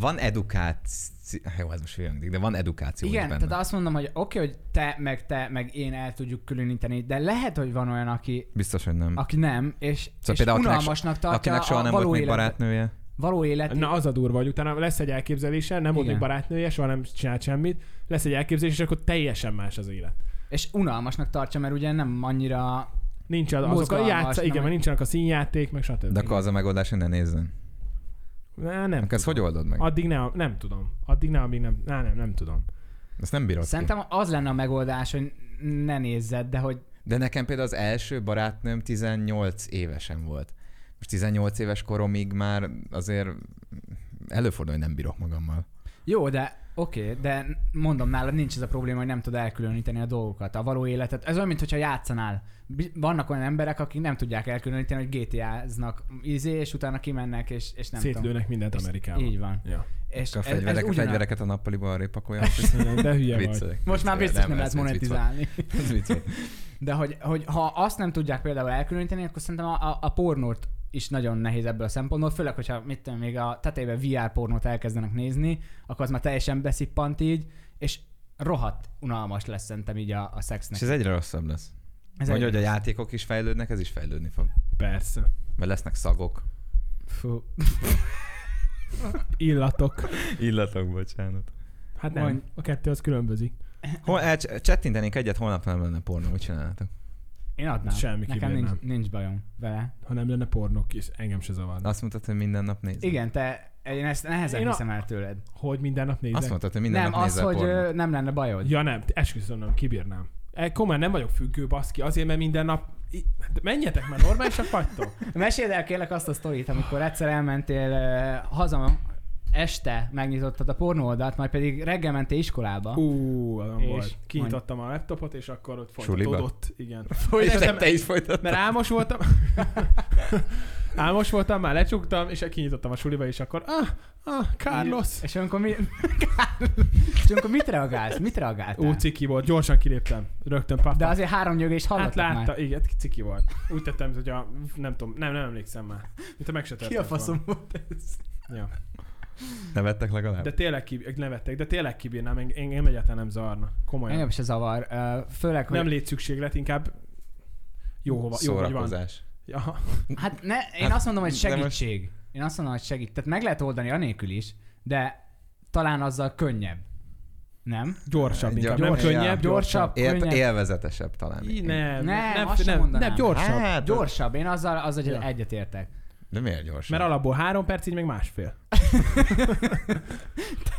Van edukáció... Jó, ez most hülyöngdik, de van edukáció
Igen,
is benne.
tehát azt mondom, hogy oké, okay, hogy te, meg te, meg én el tudjuk különíteni, de lehet, hogy van olyan, aki,
Biztos, hogy nem.
aki nem, és, szóval és
Hm. például akinek so-
unalmasnak tartja
Akinek soha
a
nem
való,
volt még
élet,
barátnője.
való élet.
Na az a durva, hogy utána lesz egy elképzelése, nem volt
Hát Igen.
még barátnője, soha nem csinált semmit, lesz egy elképzelés, és akkor teljesen más az élet.
és unalmasnak tartja, mert ugye nem annyira...
Nincs az, azok a
Mozgalmas,
játsza,
nem
igen,
egy-
mert nincsenek a színjáték, meg stb.
De akkor az a megoldás, hogy ne nézzen.
Á, nem.
Akkor ezt hogy oldod meg?
Addig ne, nem tudom. Addig ne, amíg nem. Á, nem, nem tudom.
Ezt nem bírod ki.
Szerintem az lenne a megoldás, hogy ne nézzed, de hogy
De nekem például az első barátnőm 18 évesen volt. Most 18 éves koromig már azért előfordul, hogy nem bírok magammal.
jó, de oké, okay, de mondom, nálad nincs ez a probléma, hogy nem tud elkülöníteni a dolgokat, a való életet. Ez olyan, mintha játszanál. Bi- Vannak olyan emberek, akik nem tudják elkülöníteni, hogy GTA-znak izé, és utána kimennek, és, és nem tudom.
Szétlőnek mindent Amerikában.
Így van.
Ja.
És
A fegyverek,
ugyanaz.
fegyvereket a nappaliban arrébb pakolják.
De hülye vagy.
Viccelek.
Most már
Viccelek.
biztos nem
ez
lehet
vicc volt.
monetizálni.
Ez vicc volt.
De hogy, hogy ha azt nem tudják például elkülöníteni, akkor szerintem a, a, a pornót is nagyon nehéz ebből a szempontból, főleg, hogyha mit tudom, még a tetejében VR pornót elkezdenek nézni, akkor az már teljesen beszippant így, és rohadt unalmas lesz szerintem így a, a szexnek.
És ez egyre rosszabb lesz.
Ez
Vagy
egy-
hogy a játékok is fejlődnek, ez is fejlődni fog.
Persze.
Mert lesznek szagok.
Fú.
Illatok.
Illatok, bocsánat.
Hát nem,
Mondj.
a kettő az különbözik.
Hol, el, csettintenénk egyet, holnap nem lenne pornó, mit csinálnátok?
Én adnám.
Semmi
Nekem
kibírnám.
nincs, nincs bajom vele.
Ha nem lenne pornok is, engem se zavarna.
Azt mondtad, hogy minden nap nézek.
Igen, te én ezt nehezen
Én
én
a-
hiszem el tőled.
Hogy minden nap nézek.
Azt mondtad, hogy minden
nem,
nap
az,
nézel
hogy
pornót.
ö, nem lenne bajod.
Ja nem, esküszöm nem, kibírnám. E, komolyan nem vagyok függő, baszki, azért, mert minden nap... I- hát Menjetek már, normálisak vagytok.
Meséld el kérlek azt a sztorit, amikor egyszer elmentél uh, haza, este megnyitottad a pornóoldalt, majd pedig reggel mentél iskolába.
Ú, olyan
És?
volt. Kinyitottam a laptopot, és akkor ott
Suliba?
folytatódott. Igen.
És
Folytattam,
te, te is folytatod.
mert álmos voltam. álmos voltam, már lecsuktam, és kinyitottam a suliba, és akkor ah, ah, Carlos.
És amikor, mi... és amikor mit reagálsz? Mit
Hát,
reagáltál?
Ú, ciki volt, gyorsan kiléptem. Rögtön pappa.
De azért három nyögést
Hát
hallottak
látta,
már.
már. igen, ciki volt. Úgy tettem, hogy a, nem tudom, nem, nem emlékszem már. Mint a meg se
Ki a
történt volna.
faszom volt ez?
Ja.
Nevettek legalább?
De tényleg ki, nevettek, de tényleg kibírnám, eng- engem egyáltalán nem zavarna. Komolyan.
Engem se zavar. Uh, főleg, hogy...
Nem létszükséglet, inkább jó, hova, jó hogy van.
Szórakozás.
Ja.
Hát ne, én
Hát,
azt mondom, hogy
de most-
segítség. Én azt mondom, hogy segít. Tehát meg lehet oldani anélkül is, de talán azzal könnyebb. Nem?
Gyorsabb,
Egy
inkább.
gyors-
nem
ja.
könnyebb, Hát gyorsabb.
Gyorsabb.
Élt,
Könnyen.
élvezetesebb talán.
Í, nem,
Nem,
nem,
azt sem
nem,
mondanám.
nem, gyorsabb.
Hát,
Gyorsabb. Én azzal, azzal hogy
Ja.
egyetértek.
De miért gyorsabb?
Mert alapból három perc, így meg másfél.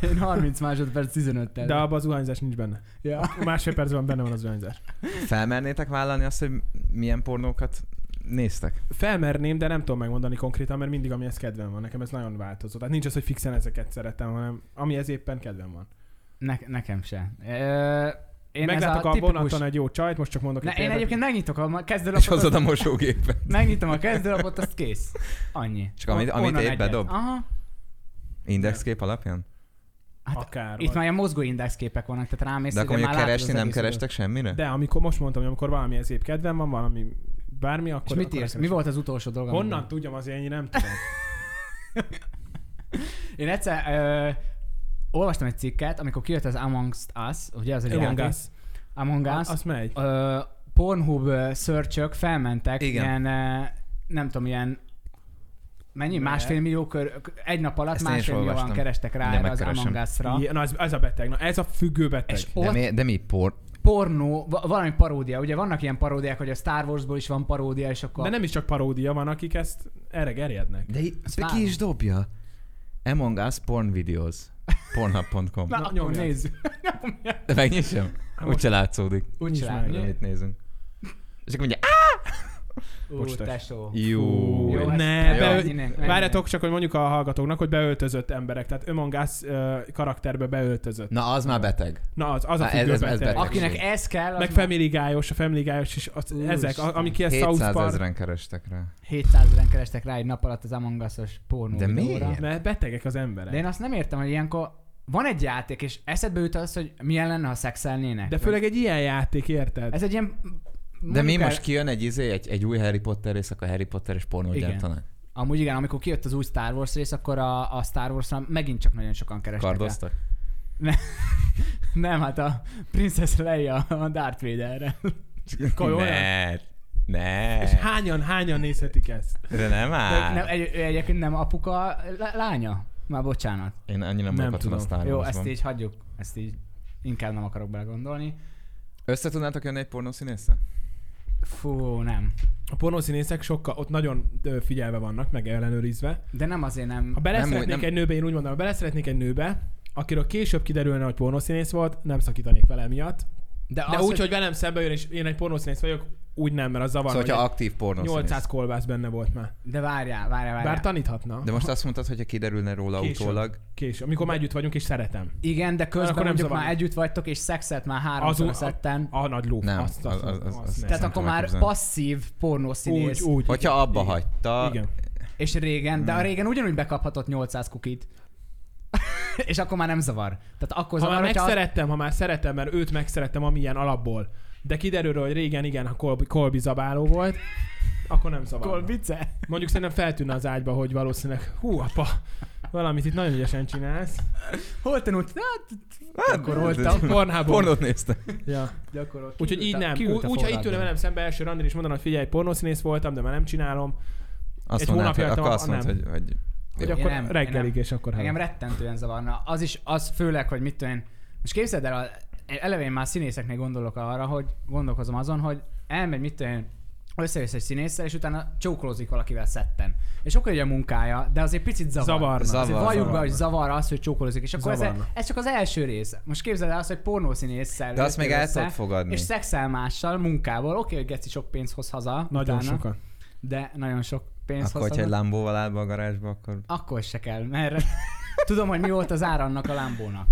Én 30 másodperc 15 tel
De abban az zuhanyzás nincs benne.
ja.
A Másfél percben benne van az zuhanyzás.
Felmernétek vállalni azt, hogy milyen pornókat néztek?
Felmerném, de nem tudom megmondani konkrétan, mert mindig amihez kedvem van. Nekem ez nagyon változó. Tehát nincs az, hogy fixen ezeket szeretem, hanem amihez éppen kedvem van.
ne, nekem se. Ö, én
Meglátok a,
ez a, tipikus...
vonaton egy jó csajt, most csak mondok
Ne,
egy
én
példát.
egyébként megnyitok a
És
kezdőlapot,
hozod
azt-
a mosógépet.
megnyitom a kezdőlapot, azt kész. Annyi.
Csak amit-
On-
amit
onnan
épp
egyet.
bedob.
Aha.
Indexkép alapján?
Hát
Akár
Itt már ilyen mozgó indexképek vannak, tehát rámész,
De akkor
ide,
mondjuk
már látod
keresni
az
nem
egész
kerestek semmire?
De amikor most mondtam, hogy amikor valami épp kedvem van, valami bármi, akkor...
És mit
akkor
írsz? Mi
keresem.
volt az utolsó dolog? amit-
Honnan tudjam, az ennyi nem tudom.
Én egyszer ö, olvastam egy cikket, amikor kijött az Amongst Us, ugye az egy
Among
játék.
Us.
Among Us.
Az, az megy.
Ö, Pornhub ö, search felmentek
Igen.
ilyen, ö, nem tudom, ilyen mennyi?
Mert-
Másfél millió kör, egy nap alatt
Ezt én is
másfél millióan
olvastam.
kerestek rá
Mindjárt
erre az
megkeresem.
Among Us-ra.
Igen, na ez, ez a beteg. Na ez a függő beteg.
És
De
ott
mi, de mi por...
pornó, va- valami paródia, ugye vannak ilyen paródiák, hogy a Star Warsból is van paródia, és akkor...
De nem is csak paródia van, akik ezt erre gerjednek.
De, i-
Azt
de ki
várom.
is dobja? Among Us porn videos. Pornhub.com.
Na,
Na,
akkor
nyomjad.
nézzük. Nyomjad.
De megnyissam? Úgyse látszódik,
Úgy
Nincs
csinálni.
meg.
amit nézünk. És akkor mondja,
Ú,
Bocs, tesó.
tesó.
jó.
Jó,
Jó, hát ezt
ne,
elmenjünk,
beölt-
elmenjünk.
Várjatok csak, hogy mondjuk a hallgatóknak, hogy beöltözött emberek. Tehát Among Us ö, karakterbe beöltözött.
Na, az már beteg.
Na az, az a
Na,
függő
ez- ez- ez
beteg.
beteg.
Akinek ez kell, az
Meg
már-
Family Guy-os, a Family Guy-os is, az,
Úristen.
ezek, a, amik ilyen South
700
Park.
ezeren kerestek rá.
700 ezeren kerestek rá egy nap alatt az Among Us-os pornó
De
videóra.
miért?
Mert betegek az emberek.
De én azt nem értem, hogy ilyenkor van egy játék, és eszedbe jut az, hogy milyen lenne, ha szexelnének.
De főleg egy ilyen játék, érted?
Ez egy ilyen...
De mi
mondjuk el-
most kijön egy izé, egy, egy új Harry Potter rész, akkor Harry Potter és pornógyártanak?
Amúgy igen, amikor kijött az új Star Wars rész, akkor a, a Star Wars-ra megint csak nagyon sokan kerestek rá.
Kardoztak?
Nem, hát a Princess Leia a Darth Vaderre.
Komolyan?
Ne, ne,
És hányan, hányan nézhetik ezt?
de nem
De Nem,
áll.
egy, ő egyébként nem apuka, lá- lánya? Már bocsánat.
Én annyira nem
Nem
vagyok otthon a
tudom.
Star
Jó,
Wars-ban.
ezt így hagyjuk. Ezt így inkább nem akarok belegondolni.
Össze tudnátok jönni egy pornószínésszel?
Fú, nem.
A pornószínészek sokkal, ott nagyon ö, figyelve vannak, meg ellenőrizve.
De nem azért nem.
Ha beleszeretnék
Nem úgy, nem-
egy nőbe, én úgy mondom, ha beleszeretnék egy nőbe, akiről később kiderülne, hogy pornószínész volt, nem szakítanék vele miatt. De
az,
úgy, hogy... velem szembe jön, és én egy pornószínész vagyok, úgy nem, mert az zavar.
Szóval, hogyha aktív pornószínész.
800 kolbász benne volt már.
De várjál, várjál, várjál.
Bár taníthatna.
De most azt mondtad, hogyha kiderülne róla
Később.
utólag.
Később, amikor már együtt vagyunk, és szeretem.
Igen, de közben
Akkor
akkor
nem
mondjuk
zavar.
már együtt vagytok, és szexelt már háromszor
Azul-
szetten.
A nagy ló.
Nem,
Azt, azt, azt, azt, azt,
nem
Tehát
nem.
akkor
tudom
már
elképzelni.
passzív pornószínész.
úgy, úgy.
Hogyha abba
igen.
hagyta,
Igen.
És régen, de a régen ugyanúgy bekaphatott 800 kukit. és akkor már nem zavar. Tehát akkor
Ha
zavar,
már
hogyha az-
megszerettem, ha már szeretem, mert őt megszerettem, amilyen alapból. De kiderül, hogy régen igen, ha Kolbi, Kolbi zabáló volt, akkor nem zavar.
Kolbice?
Mondjuk szerintem feltűnne az ágyba, hogy valószínűleg, hú apa, Valamit itt nagyon ügyesen csinálsz.
Hol tanult? Hát,
Hát,
gyakoroltam.
Pornhából.
Pornót néztem.
Ja.
Gyakoroltam.
Úgyhogy így nem. Ú- Úgy, ha itt ülne velem szembe első randin, és mondaná, hogy figyelj, pornószínész voltam, de már nem csinálom.
Azt
Egy
mondanád, hogy,
hónapja
akkor azt
nem.
mondd, hogy, hogy
Hogy
Jó.
akkor
Én nem, én
reggelig,
nem.
és akkor hát
Engem
hello.
rettentően zavarna. Az is, az főleg, hogy mit tudom én. Most képzeld el, a- elevén már színészeknél gondolok arra, hogy gondolkozom azon, hogy elmegy, mit tudom én, összejössz egy színésszel, és utána csókolózik valakivel szetten. És oké, hogy a munkája, de azért picit zavar.
Zavarna.
Azért
Zavar,
valljuk be,
zavarna.
hogy zavar az, hogy csókolózik. És akkor ez,
Zavarna.
ez, csak az első rész. Most képzeld el azt, hogy pornószínésszel.
De azt még
jöttél
el
össze,
tudod fogadni.
És szexel mással, munkából. Oké, hogy geci sok pénzt hoz haza.
Nagyon
utána,
sokan.
De nagyon sok pénzt
Akkor,
hoz
hogyha
haza.
egy lámbóval áll be a garázsba, akkor...
Akkor se kell, mert tudom, hogy mi volt az ára annak a lámbónak.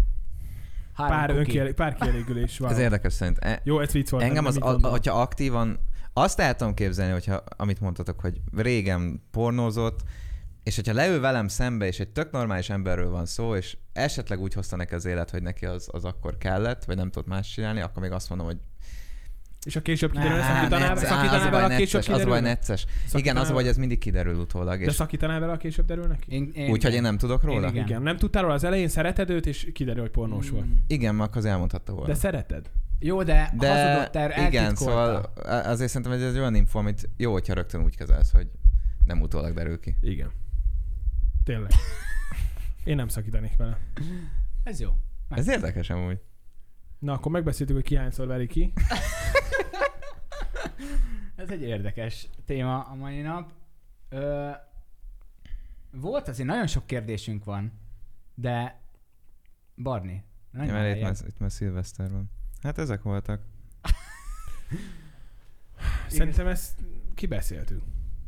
Három
Pár,
kuki.
önkiel, pár kielégülés van.
Ez érdekes szerint. E-
Jó, ez vicc volt.
Engem
nem-
az,
nem így
a,
gondolom.
hogyha aktívan, azt el tudom képzelni, hogyha, amit mondtatok, hogy régen pornózott, és hogyha leül velem szembe, és egy tök normális emberről van szó, és esetleg úgy hozta neki az élet, hogy neki az, az akkor kellett, vagy nem tudott más csinálni, akkor még azt mondom, hogy
És a később kiderül,
Á,
szakítanál
necces, az a
szakítanál
baj
vele, a később
necces, az a baj
kiderül.
necces. Igen,
Szakítanál
az a baj, hogy
vele?
ez mindig kiderül utólag,
De
és
szakítanál vele, a később derül neki?
Én, én,
úgyhogy én nem tudok róla.
Én igen.
Igen. Nem tudtál róla az elején, szereted őt, és kiderül, hogy pornós volt.
Igen, mert akkor az elmondhatta volna.
De szereted?
Mm. Jó, de, de
De
hazudott el,
igen, szóval azért szerintem ez egy olyan info, amit jó, hogyha rögtön úgy kezelsz, hogy nem utólag derül ki.
Igen. Tényleg. Én nem szakítanék vele.
Ez jó. Meg-
Ez érdekes amúgy.
Na, akkor megbeszéltük, hogy ki hányszor veri ki.
Ez egy érdekes téma a mai nap. Ö, volt azért nagyon sok kérdésünk van, de Barni.
Ja,
nagyon
mert itt
lejjebb.
már, itt már szilveszter van. Hát ezek voltak.
Szerintem ezt kibeszéltük.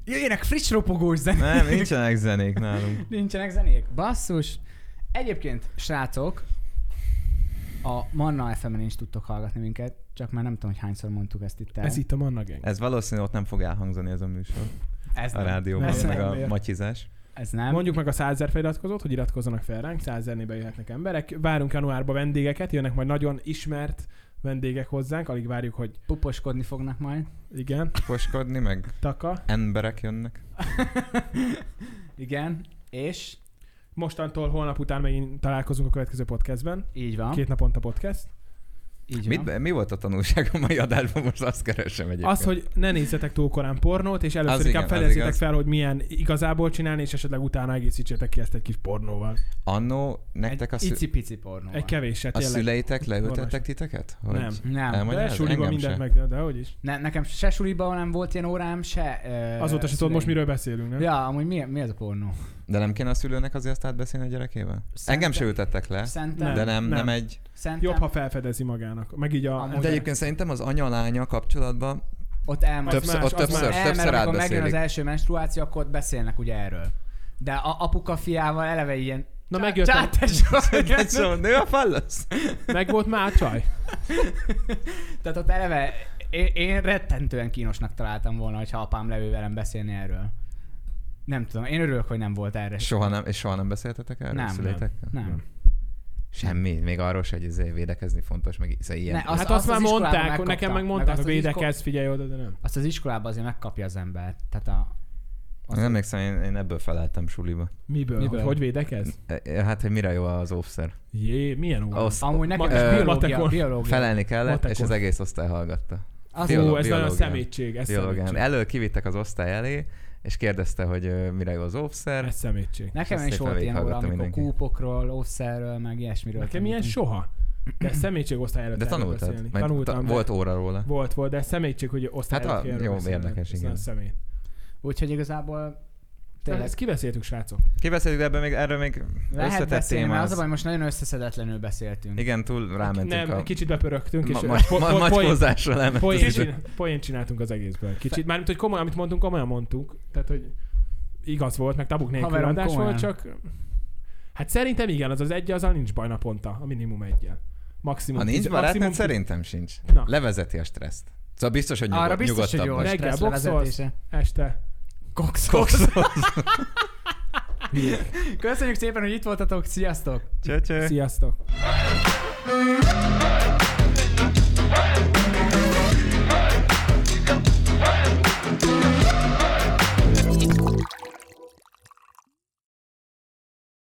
Jöjjenek friss ropogós zenék.
Nem, nincsenek zenék nálunk.
Nincsenek zenék. Basszus. Egyébként, srácok, a Manna FM-en is tudtok hallgatni minket, csak már nem tudom, hogy hányszor mondtuk ezt itt el.
Ez itt a Manna Gang.
Ez valószínű, ott nem fog elhangzani ez a műsor.
ez
A
nem.
rádióban,
Ez
meg
nem
a
ér.
matyizás.
Ez nem.
Mondjuk meg a százer feliratkozót, hogy iratkozzanak fel ránk, százernél bejöhetnek emberek. Várunk januárba vendégeket, jönnek majd nagyon ismert vendégek hozzánk, alig várjuk, hogy
Puposkodni fognak majd.
igen,
Koskodni, meg
taka.
emberek jönnek.
Igen. És
Mostantól holnap után megint találkozunk a következő podcastben.
így van.
Két naponta podcast.
Így van.
Mit, mi volt a tanulság a mai adásban? Most azt keresem egyébként.
Az, hogy ne nézzetek túl korán pornót, és először
Az
inkább
igen, az
fedezzétek
igaz.
fel, hogy milyen igazából csinálni, és esetleg utána egészítsétek ki ezt egy kis pornóval.
Annó nektek a,
egy
szü-
icipici pornó.
Egy kevéset,
a
tényleg.
szüleitek leültettek
Normális.
titeket? Hogy
Nem.
Nem.
elmondja
De
ez?
suliba
Engem
mindent
se.
meg, de hogy is.
Ne, nekem se suliban nem volt ilyen órám, se... ö,
Azóta se tudod most
szüleim.
miről beszélünk, nem?
Ja, amúgy mi, mi ez a pornó?
De nem kéne a szülőnek azért azt átbeszélni a gyerekével?
Szerintem-
Engem se ültettek le,
Szerintem,
de nem, nem
nem.
egy
szerintem
Jobb, ha felfedezi magának. Meg így a...
Amúgy.
De egyébként szerintem az anya-lánya kapcsolatban
ott elmondom.
többször,
más, az
ott többször,
más.
el,
többször
mert amikor megjön az
átbeszélik.
első menstruáció, akkor ott beszélnek ugye erről. De a apuka fiával eleve ilyen...
Na
csá-
megjött a-
csátás vagy.
Egy szó, nő a fallasz?
Meg volt már csaj.
Tehát ott eleve én, én rettentően kínosnak találtam volna, hogyha apám leül velem beszélni erről. Nem tudom, én örülök, hogy nem volt erre.
Soha nem, és soha nem beszéltetek erről
Nem,
nem, szüleitekkel?
Nem.
Semmi, még arról se, hogy izé védekezni fontos, meg izé ilyen.
Ne,
Ne,
Az,
az-
hát azt, azt
azt
már
az iskolában
mondták,
megkapta.
nekem
Meg
meg mondták,
azt
hogy
az isko-
védekezz, figyelj oda, de nem.
Azt az iskolában azért megkapja az ember. Tehát a... Az
nem emlékszem, én, én ebből felálltam suliba.
Miből?
Miből?
Miből? Hogy védekez?
E, e, Hát, hogy mire jó az offszer.
Jé, milyen óra?
Azt
Amúgy nekem
Ma-
is
ö,
biológia,
matekon.
biológia.
felelni kellett,
Matekon.
és az egész osztály hallgatta.
Az,
Ó,
bioló-
ez nagyon
biológián.
szemétség, ez
Biológán.
szemétség.
Elől kivittek az osztály elé, és kérdezte, hogy ö, mire jó az offszer.
Ez szemétség.
nekem
Ezt
is
szépen
volt ilyen óra,
végighallgatta
amikor
mindenki.
kúpokról, ószerről, meg ilyesmiről.
Nekem ilyen
tanultunk.
soha. De szemétség osztály előtt
De
erről
tanultad?
beszélni.
Mert
Tanultam.
ta-
de-
Volt óra róla.
Volt, volt, de szemétség, hogy osztály
Hát a-
előtt kell erről
jó,
beszélni.
érdekes,
Ez
igen.
nagyon Személy.
Úgyhogy igazából
Tényleg.
tényleg
Ezt kibeszéltük, srácok.
Kibeszéljük, de ebben még, erről még
lehet
összetett
beszélni,
téma.
mert az
ez.
a baj, most nagyon összeszedetlenül beszéltünk.
Igen, túl rámentünk
Nem,
a
kicsit bepörögtünk, és
ma-
po-
ma-
po-
ma-
poén-
macskózásra
poén
lementünk.
csin- poén csináltunk az egészből. Kicsit, mármint, hogy komolyan, amit mondtunk, komolyan mondtuk. Tehát, hogy igaz volt, meg tabuk nélkül
Haverom,
adás
komolyan.
volt, csak... Hát szerintem igen, az az egy, azzal nincs baj naponta, a minimum egyel. Maximum.
Ha nincs
tíz-
barátnőd,
maximum tíz-
szerintem sincs.
Na.
Levezeti a stresszt. Szóval biztos, hogy nyugod,
Arra biztos, hogy
nyugodtabb
jó a
vagy.
vagy. Reggel
stressz
boxolsz.
levezetése.
Este.
Cox.
Hülyék.
Köszönjük szépen, hogy itt voltatok. Sziasztok!
Cső, cső.
Sziasztok.